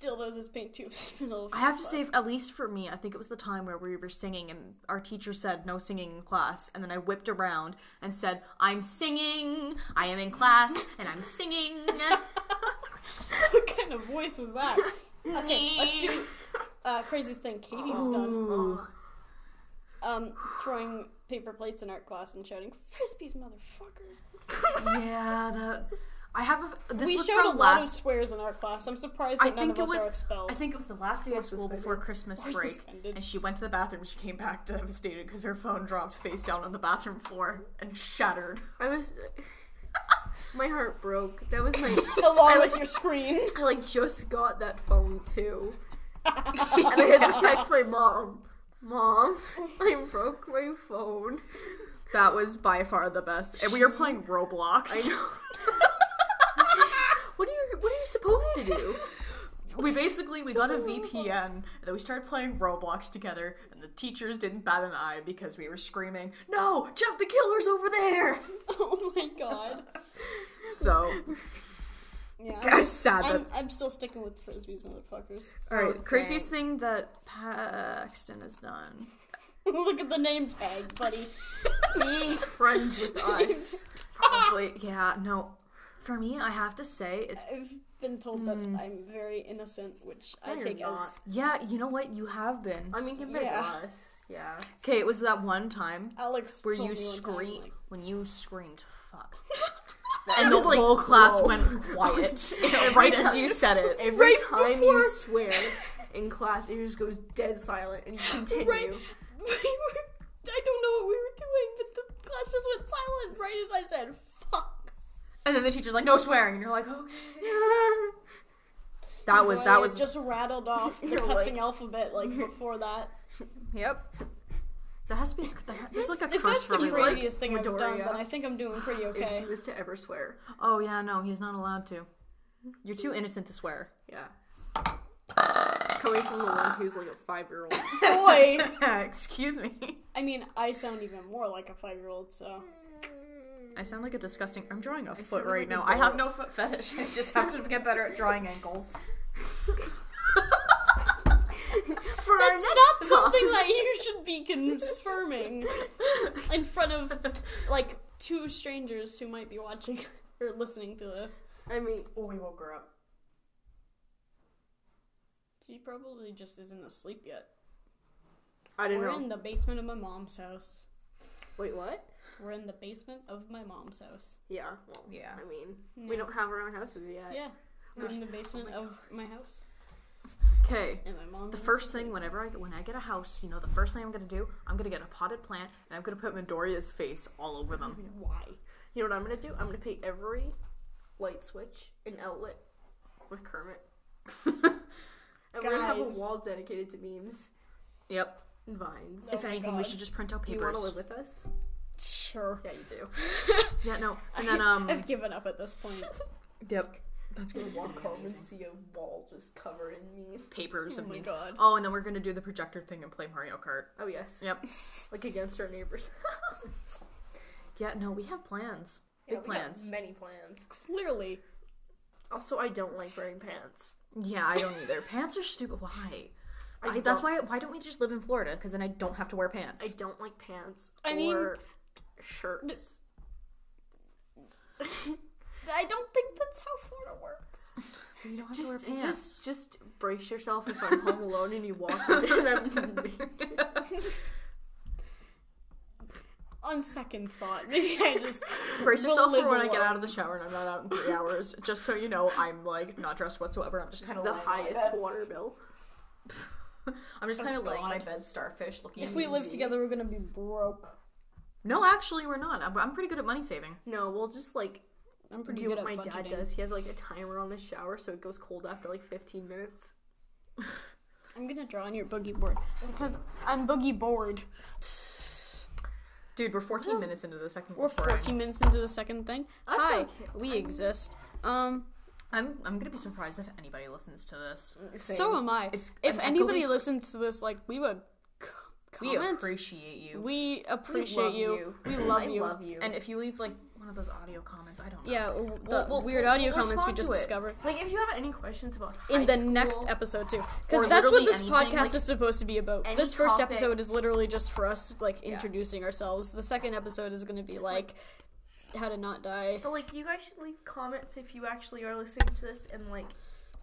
Speaker 2: Dildos as paint tubes. in the middle of
Speaker 4: I have to
Speaker 2: class.
Speaker 4: say, at least for me, I think it was the time where we were singing and our teacher said no singing in class, and then I whipped around and said, "I'm singing. I am in class, and I'm singing."
Speaker 2: what kind of voice was that? Okay, let's do uh, craziest thing Katie's done.
Speaker 4: Ooh.
Speaker 2: Um, throwing paper plates in art class and shouting frisbees, motherfuckers.
Speaker 4: yeah, that. I have a. This
Speaker 2: we
Speaker 4: was
Speaker 2: showed a
Speaker 4: from
Speaker 2: lot of
Speaker 4: last.
Speaker 2: swears in art class. I'm surprised that
Speaker 4: I
Speaker 2: none of
Speaker 4: think it
Speaker 2: us
Speaker 4: was.
Speaker 2: are expelled.
Speaker 4: I think it was the last day
Speaker 1: Or
Speaker 4: of school
Speaker 1: suspended.
Speaker 4: before Christmas
Speaker 2: Or
Speaker 4: break,
Speaker 2: suspended.
Speaker 4: and she went to the bathroom. She came back devastated because her phone dropped face down on the bathroom floor and shattered.
Speaker 1: I was. My heart broke. That was my.
Speaker 2: Along
Speaker 1: I
Speaker 2: with
Speaker 1: like-
Speaker 2: your screen.
Speaker 1: I like just got that phone too, and I had to text my mom. Mom, I broke my phone.
Speaker 4: That was by far the best. And we were playing Roblox.
Speaker 1: I know. What are you? What are you supposed to do?
Speaker 4: we basically we got a VPN and then we started playing Roblox together and the teachers didn't bat an eye because we were screaming, "No, Jeff the killer's over there."
Speaker 2: oh my god.
Speaker 4: So,
Speaker 2: Yeah.
Speaker 4: I was sad that
Speaker 2: I'm, I'm still sticking with frisbees, motherfuckers.
Speaker 4: All right,
Speaker 1: Oh,
Speaker 4: craziest thing that Paxton has done.
Speaker 2: Look at the name tag, buddy.
Speaker 1: Being friends with us.
Speaker 4: Probably yeah, no. For me, I have to say it's
Speaker 2: I've been told that
Speaker 4: Hmm.
Speaker 2: I'm very innocent, which I
Speaker 1: No,
Speaker 2: take
Speaker 1: you're
Speaker 2: as
Speaker 1: not.
Speaker 4: yeah, you know what? You have been.
Speaker 1: I mean, compared
Speaker 2: Yeah.
Speaker 1: to us, yeah.
Speaker 4: Okay, it was that one time
Speaker 2: Alex.
Speaker 4: where
Speaker 2: told
Speaker 4: you
Speaker 2: me one time,
Speaker 4: scream
Speaker 2: like,
Speaker 4: when you screamed fuck.
Speaker 1: I
Speaker 4: And the
Speaker 1: was like,
Speaker 4: whole class
Speaker 1: whoa.
Speaker 4: went quiet right as you said it.
Speaker 1: Every
Speaker 2: Right
Speaker 1: time
Speaker 2: before-
Speaker 1: you swear in class, it just goes dead silent, and you continue.
Speaker 2: Right. we were, I don't know what we were doing, but the class just went silent right as I said "fuck."
Speaker 4: And then the teacher's like, "No swearing," and you're like, "Okay."
Speaker 2: You
Speaker 4: That was
Speaker 2: know,
Speaker 4: that
Speaker 2: I
Speaker 4: was
Speaker 2: just rattled off the
Speaker 1: You're
Speaker 2: cussing
Speaker 1: like-
Speaker 2: alphabet like before that.
Speaker 4: yep. There has to be there- there's like a
Speaker 2: If that's
Speaker 4: curse
Speaker 2: the
Speaker 4: release.
Speaker 2: craziest thing I've
Speaker 1: Midoriya.
Speaker 2: done, then I think I'm doing pretty
Speaker 1: If
Speaker 2: okay.
Speaker 1: he was to ever swear,
Speaker 4: oh yeah, no, he's not allowed to. You're too innocent to swear.
Speaker 1: yeah. Coming from the one who's like a five-year-old.
Speaker 2: Boy,
Speaker 4: Excuse me.
Speaker 2: I mean, I sound even more like a five-year-old. So
Speaker 4: I sound like a disgusting. I'm drawing a foot
Speaker 1: sound like
Speaker 4: right
Speaker 1: a
Speaker 4: now. I have
Speaker 1: girl.
Speaker 4: no foot fetish.
Speaker 3: I just have to get better at drawing ankles.
Speaker 1: For our
Speaker 2: that's
Speaker 1: next
Speaker 2: not
Speaker 1: song-
Speaker 2: something that you should be confirming in front of like two strangers who might be watching or listening to this.
Speaker 1: I mean,
Speaker 3: Oh, we woke her up.
Speaker 2: She probably just isn't asleep yet.
Speaker 1: I don't
Speaker 2: We're
Speaker 1: know.
Speaker 2: in the basement of my mom's house.
Speaker 1: Wait, what?
Speaker 2: We're in the basement of my mom's house.
Speaker 1: Yeah. Well,
Speaker 4: Yeah.
Speaker 1: I mean, we
Speaker 2: Yeah.
Speaker 1: don't have our own houses yet.
Speaker 2: Yeah. We're in the basement of my house.
Speaker 4: Okay.
Speaker 2: And my mom.
Speaker 4: The first thing, whenever I when I get a house, you know, the first thing I'm gonna do, I'm gonna get a potted plant and I'm gonna put Midoriya's face all over them.
Speaker 2: Why?
Speaker 1: You know what I'm gonna do? I'm gonna paint every light switch and outlet with Kermit. and we're gonna have a
Speaker 2: Guys.
Speaker 1: wall dedicated to memes
Speaker 4: Yep.
Speaker 1: and vines.
Speaker 2: Oh
Speaker 4: if
Speaker 2: my
Speaker 4: anything, we
Speaker 2: God.
Speaker 4: should just print out
Speaker 1: Do you want
Speaker 4: papers.
Speaker 1: to live with us?
Speaker 2: Sure.
Speaker 1: Yeah, you do.
Speaker 4: yeah, no. And then um.
Speaker 2: I've given up at this point.
Speaker 4: Yep. That's
Speaker 1: You
Speaker 4: gonna
Speaker 1: walk
Speaker 4: be
Speaker 1: home and
Speaker 4: amazing.
Speaker 1: see a wall just covered in memes.
Speaker 4: Papers
Speaker 2: Oh
Speaker 4: of
Speaker 2: my
Speaker 4: memes.
Speaker 2: God.
Speaker 4: Oh, and then we're gonna do the projector thing and play Mario Kart.
Speaker 1: Oh yes.
Speaker 4: Yep.
Speaker 1: Like against our neighbors.
Speaker 4: Yeah, no, we have plans.
Speaker 1: Yeah,
Speaker 4: Big
Speaker 1: we got
Speaker 4: plans.
Speaker 1: Many plans.
Speaker 2: Clearly.
Speaker 1: Also, I don't like wearing pants.
Speaker 4: Yeah, I don't either. Pants are stupid. Why?
Speaker 1: I
Speaker 4: I, that's
Speaker 1: don't-
Speaker 4: why. Why don't we just live in Florida? Because then I don't have to wear pants.
Speaker 1: I don't like pants.
Speaker 2: I mean-
Speaker 1: or shirts.
Speaker 2: I don't think that's how Florida works.
Speaker 4: you don't have to wear
Speaker 1: Just,
Speaker 4: pants.
Speaker 1: just, just brace yourself if I'm home alone and you walk in and I'm
Speaker 2: On second thought, maybe I just
Speaker 4: Brace
Speaker 2: will
Speaker 4: yourself for
Speaker 2: live
Speaker 4: when I get
Speaker 2: alone.
Speaker 4: out of the shower and I'm not out in three hours. Just so you know, I'm like not dressed whatsoever. I'm just kind of
Speaker 2: Oh
Speaker 1: the highest water bill.
Speaker 4: I'm just kind of laying in my
Speaker 2: God.
Speaker 4: bed, starfish, looking.
Speaker 2: If
Speaker 4: at
Speaker 2: we
Speaker 4: the
Speaker 2: live
Speaker 4: sea.
Speaker 2: together, we're gonna be broke.
Speaker 4: no, actually, we're not. I'm, I'm pretty good at money saving.
Speaker 1: No, we'll just like
Speaker 2: I'm pretty
Speaker 1: do
Speaker 2: good
Speaker 1: what
Speaker 2: at
Speaker 1: my dad
Speaker 2: budgeting.
Speaker 1: does. He has like a timer on the shower, so it goes cold after like 15 minutes.
Speaker 2: I'm gonna draw on your boogie board because I'm boogie board.
Speaker 4: Dude, we're 14 minutes into the second.
Speaker 2: Oh. We're
Speaker 4: recording.
Speaker 2: 14 minutes into the second thing.
Speaker 1: That's
Speaker 2: Hi,
Speaker 1: okay.
Speaker 2: we exist. Um,
Speaker 4: I'm I'm gonna be surprised if anybody listens to this.
Speaker 2: so am I.
Speaker 4: It's
Speaker 2: if
Speaker 4: an
Speaker 2: anybody
Speaker 4: echoey-
Speaker 2: listens to this, like we would c-
Speaker 4: We
Speaker 2: comment.
Speaker 4: appreciate you.
Speaker 2: We appreciate
Speaker 1: love
Speaker 2: you. We love
Speaker 1: I
Speaker 2: you.
Speaker 1: love you.
Speaker 4: and if you leave like one of those audio comments, I don't know.
Speaker 2: Yeah, w- the
Speaker 4: We'll- we'll-
Speaker 2: weird
Speaker 4: we'll-
Speaker 2: audio
Speaker 4: we'll
Speaker 2: comments we
Speaker 4: respond
Speaker 2: just
Speaker 4: to it.
Speaker 2: discovered
Speaker 1: like, if you have any questions about
Speaker 2: in
Speaker 1: high
Speaker 2: the
Speaker 1: school,
Speaker 2: next episode too,
Speaker 4: Or
Speaker 2: because that's what
Speaker 4: literally
Speaker 2: this
Speaker 4: anything,
Speaker 2: podcast
Speaker 4: like,
Speaker 2: is supposed to be about.
Speaker 1: any
Speaker 2: This first
Speaker 1: topic.
Speaker 2: episode is literally just for us like introducing ourselves. The second episode is going to be like, how to not die.
Speaker 1: But like, you guys should leave comments if you you are listening to this, and like,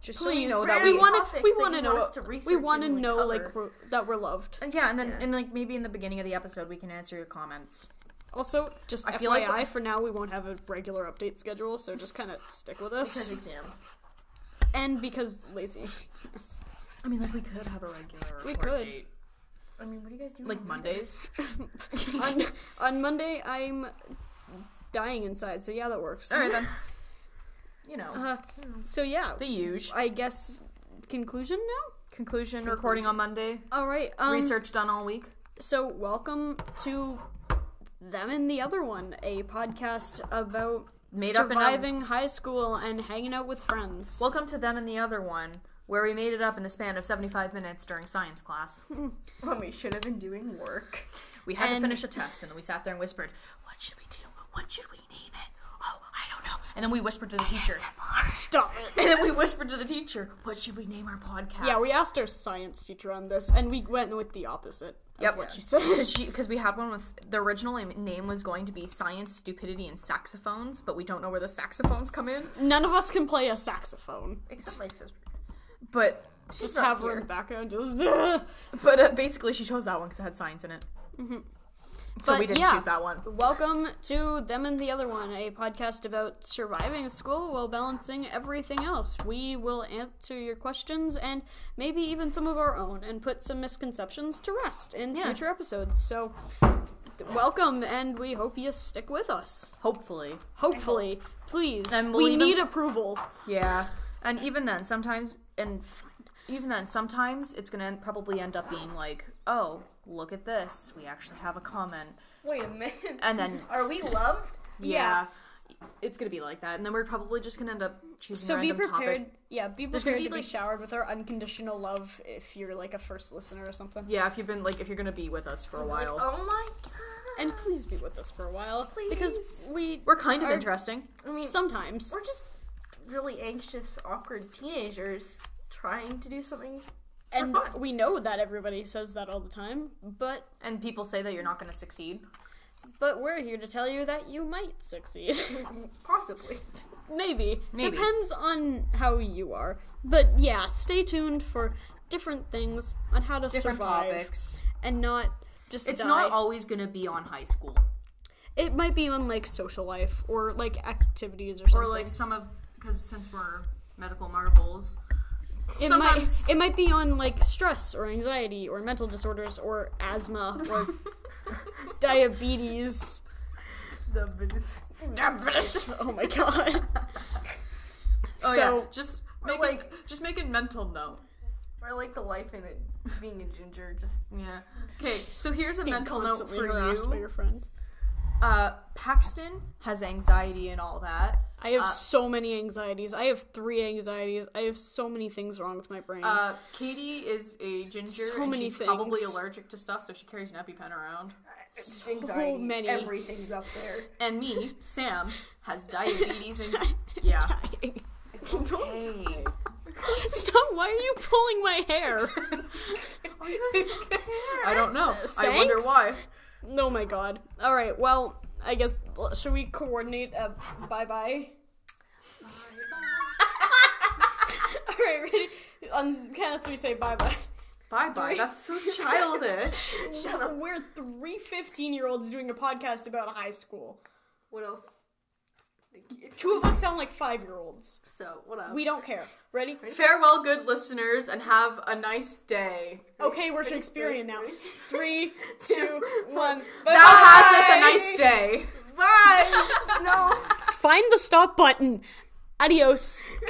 Speaker 4: Just so you
Speaker 2: Please,
Speaker 4: know
Speaker 1: that
Speaker 2: we
Speaker 1: we-
Speaker 2: want to
Speaker 1: topics
Speaker 2: we
Speaker 1: that
Speaker 2: want to
Speaker 1: you
Speaker 2: know
Speaker 1: want us to
Speaker 2: we
Speaker 1: research
Speaker 2: want to
Speaker 1: and, like,
Speaker 2: know like
Speaker 1: cover.
Speaker 2: we're, that we're loved.
Speaker 4: And Uh, yeah, and then
Speaker 1: Yeah.
Speaker 4: and like maybe in the beginning of the episode we can answer your comments.
Speaker 2: Also, just
Speaker 4: I
Speaker 2: FYI,
Speaker 4: feel like-
Speaker 2: for now we won't have a regular update schedule, so just kind of stick with us.
Speaker 1: exams.
Speaker 2: and because lazy,
Speaker 4: I mean, like we could have a regular
Speaker 2: We
Speaker 4: record
Speaker 2: could.
Speaker 4: date,
Speaker 1: I mean, what do you guys do?
Speaker 4: like Mondays.
Speaker 2: on on Monday I'm dying inside, so yeah, that works.
Speaker 4: All right then. You know
Speaker 2: Uh, so yeah,
Speaker 4: the huge
Speaker 2: I guess conclusion now.
Speaker 4: conclusion, recording on Monday.
Speaker 2: All right. Um,
Speaker 4: Research done all week.
Speaker 2: So welcome to them and the other one, a podcast about
Speaker 4: Made up and up.
Speaker 2: surviving high school and hanging out with friends.
Speaker 4: Welcome to them and the other one, where we made it up in the span of 75 minutes during science class.
Speaker 1: when we should have been doing work.
Speaker 4: We had
Speaker 2: And-
Speaker 4: to finish a test, and then we sat there and whispered, "What should we do? What should we name it? Oh, I don't know." And then we whispered to the teacher,
Speaker 2: Stop it.
Speaker 4: and then we whispered to the teacher, "What should we name our podcast?"
Speaker 2: Yeah, we asked our science teacher on this, and we went with the opposite of
Speaker 4: Yep.
Speaker 2: what she said.
Speaker 4: because we had one with the original im- name was going to be science, stupidity, and saxophones, but we don't know where the saxophones come in.
Speaker 2: None of us can play a saxophone.
Speaker 1: Except my sister.
Speaker 4: But
Speaker 2: Just
Speaker 1: not
Speaker 2: have her in
Speaker 1: here.
Speaker 2: the background. Just
Speaker 4: but uh, basically, she chose that one because it had science in it. So
Speaker 2: But
Speaker 4: we didn't
Speaker 2: yeah.
Speaker 4: choose that one.
Speaker 2: welcome to them and the other one, a podcast about surviving school while balancing everything else. We will answer your questions and maybe even some of our own, and put some misconceptions to rest in
Speaker 4: Yeah.
Speaker 2: future episodes. So, th- welcome, and we hope you stick with us.
Speaker 4: Hopefully.
Speaker 2: Hopefully, please.
Speaker 4: And
Speaker 2: we
Speaker 4: believe in-
Speaker 2: need approval.
Speaker 4: Yeah, and even then, sometimes, and even then, sometimes it's gonna end, probably end up being like, oh, look at this, we actually have a comment,
Speaker 1: Wait a minute.
Speaker 4: and then
Speaker 1: Are we loved?
Speaker 4: yeah, it's gonna be like that, and then we're probably just gonna end up choosing.
Speaker 2: So be
Speaker 4: random topic.
Speaker 2: prepared. Yeah, be
Speaker 4: There's gonna
Speaker 2: prepared to
Speaker 4: be,
Speaker 2: be
Speaker 4: like-
Speaker 2: showered with our unconditional love if you're like a first listener or something.
Speaker 4: Yeah, if you've been like, if you're gonna be with us for a
Speaker 1: Like,
Speaker 4: while,
Speaker 1: oh my god.
Speaker 2: And please be with us for a while, because
Speaker 1: Please.
Speaker 2: we
Speaker 4: we're kind of
Speaker 2: are-
Speaker 4: interesting.
Speaker 1: I mean,
Speaker 2: Sometimes
Speaker 1: we're just really anxious, awkward teenagers trying to do something.
Speaker 2: and
Speaker 1: fun.
Speaker 2: we know that everybody says that all the time, but
Speaker 4: And people say that you're not gonna succeed.
Speaker 2: but we're here to tell you that you might succeed.
Speaker 1: Possibly.
Speaker 2: Maybe.
Speaker 4: Maybe.
Speaker 2: Depends on how you are. But yeah, stay tuned for different things on how to
Speaker 4: Different
Speaker 2: survive
Speaker 4: topics.
Speaker 2: and not just
Speaker 4: It's
Speaker 2: die.
Speaker 4: not always gonna be on high school
Speaker 2: It might be on like social life or like activities or something.
Speaker 4: or like some of because since we're medical marvels,
Speaker 2: it
Speaker 4: sometimes-
Speaker 2: might it might be on like stress or anxiety or mental disorders or asthma or diabetes.
Speaker 1: the
Speaker 2: Oh my god.
Speaker 4: Oh
Speaker 2: so
Speaker 4: yeah, just make
Speaker 1: like-
Speaker 4: it, just make it mental note.
Speaker 1: Or like the life in it, being a ginger, just
Speaker 4: Yeah. Okay, so here's a
Speaker 2: being
Speaker 4: mental note
Speaker 2: constantly
Speaker 4: for
Speaker 2: harassed by
Speaker 4: you.
Speaker 2: your friends.
Speaker 4: Uh, Paxton has anxiety and all that.
Speaker 2: I have
Speaker 4: Uh,
Speaker 2: so many anxieties. I have three anxieties. I have so many things wrong with my brain.
Speaker 4: Uh, Katie is a ginger.
Speaker 2: So
Speaker 4: and
Speaker 2: many
Speaker 4: she's Probably
Speaker 2: things.
Speaker 4: allergic to stuff, so she carries an EpiPen around.
Speaker 1: so anxiety.
Speaker 2: many.
Speaker 1: Everything's up there.
Speaker 4: And me, Sam, has diabetes and yeah.
Speaker 2: Dying.
Speaker 4: Hey.
Speaker 2: Stop! Why are you pulling my hair?
Speaker 4: I don't know.
Speaker 2: I wonder Thanks.
Speaker 4: why.
Speaker 2: oh my god. All right. Well, I guess should we coordinate a bye bye? All right. Ready? On count of three, say bye bye.
Speaker 4: Bye bye. That's so childish.
Speaker 2: We're three 15 year olds doing a podcast about high school.
Speaker 1: What else?
Speaker 2: Two of us sound like five year olds.
Speaker 1: So what else?
Speaker 2: We don't care. Ready?
Speaker 4: Farewell, good listeners, and have a nice day.
Speaker 2: Okay, we're Shakespearean now. Three, two, one.
Speaker 4: Thou hast a nice day.
Speaker 1: Bye. no.
Speaker 2: Find the stop button. Adios.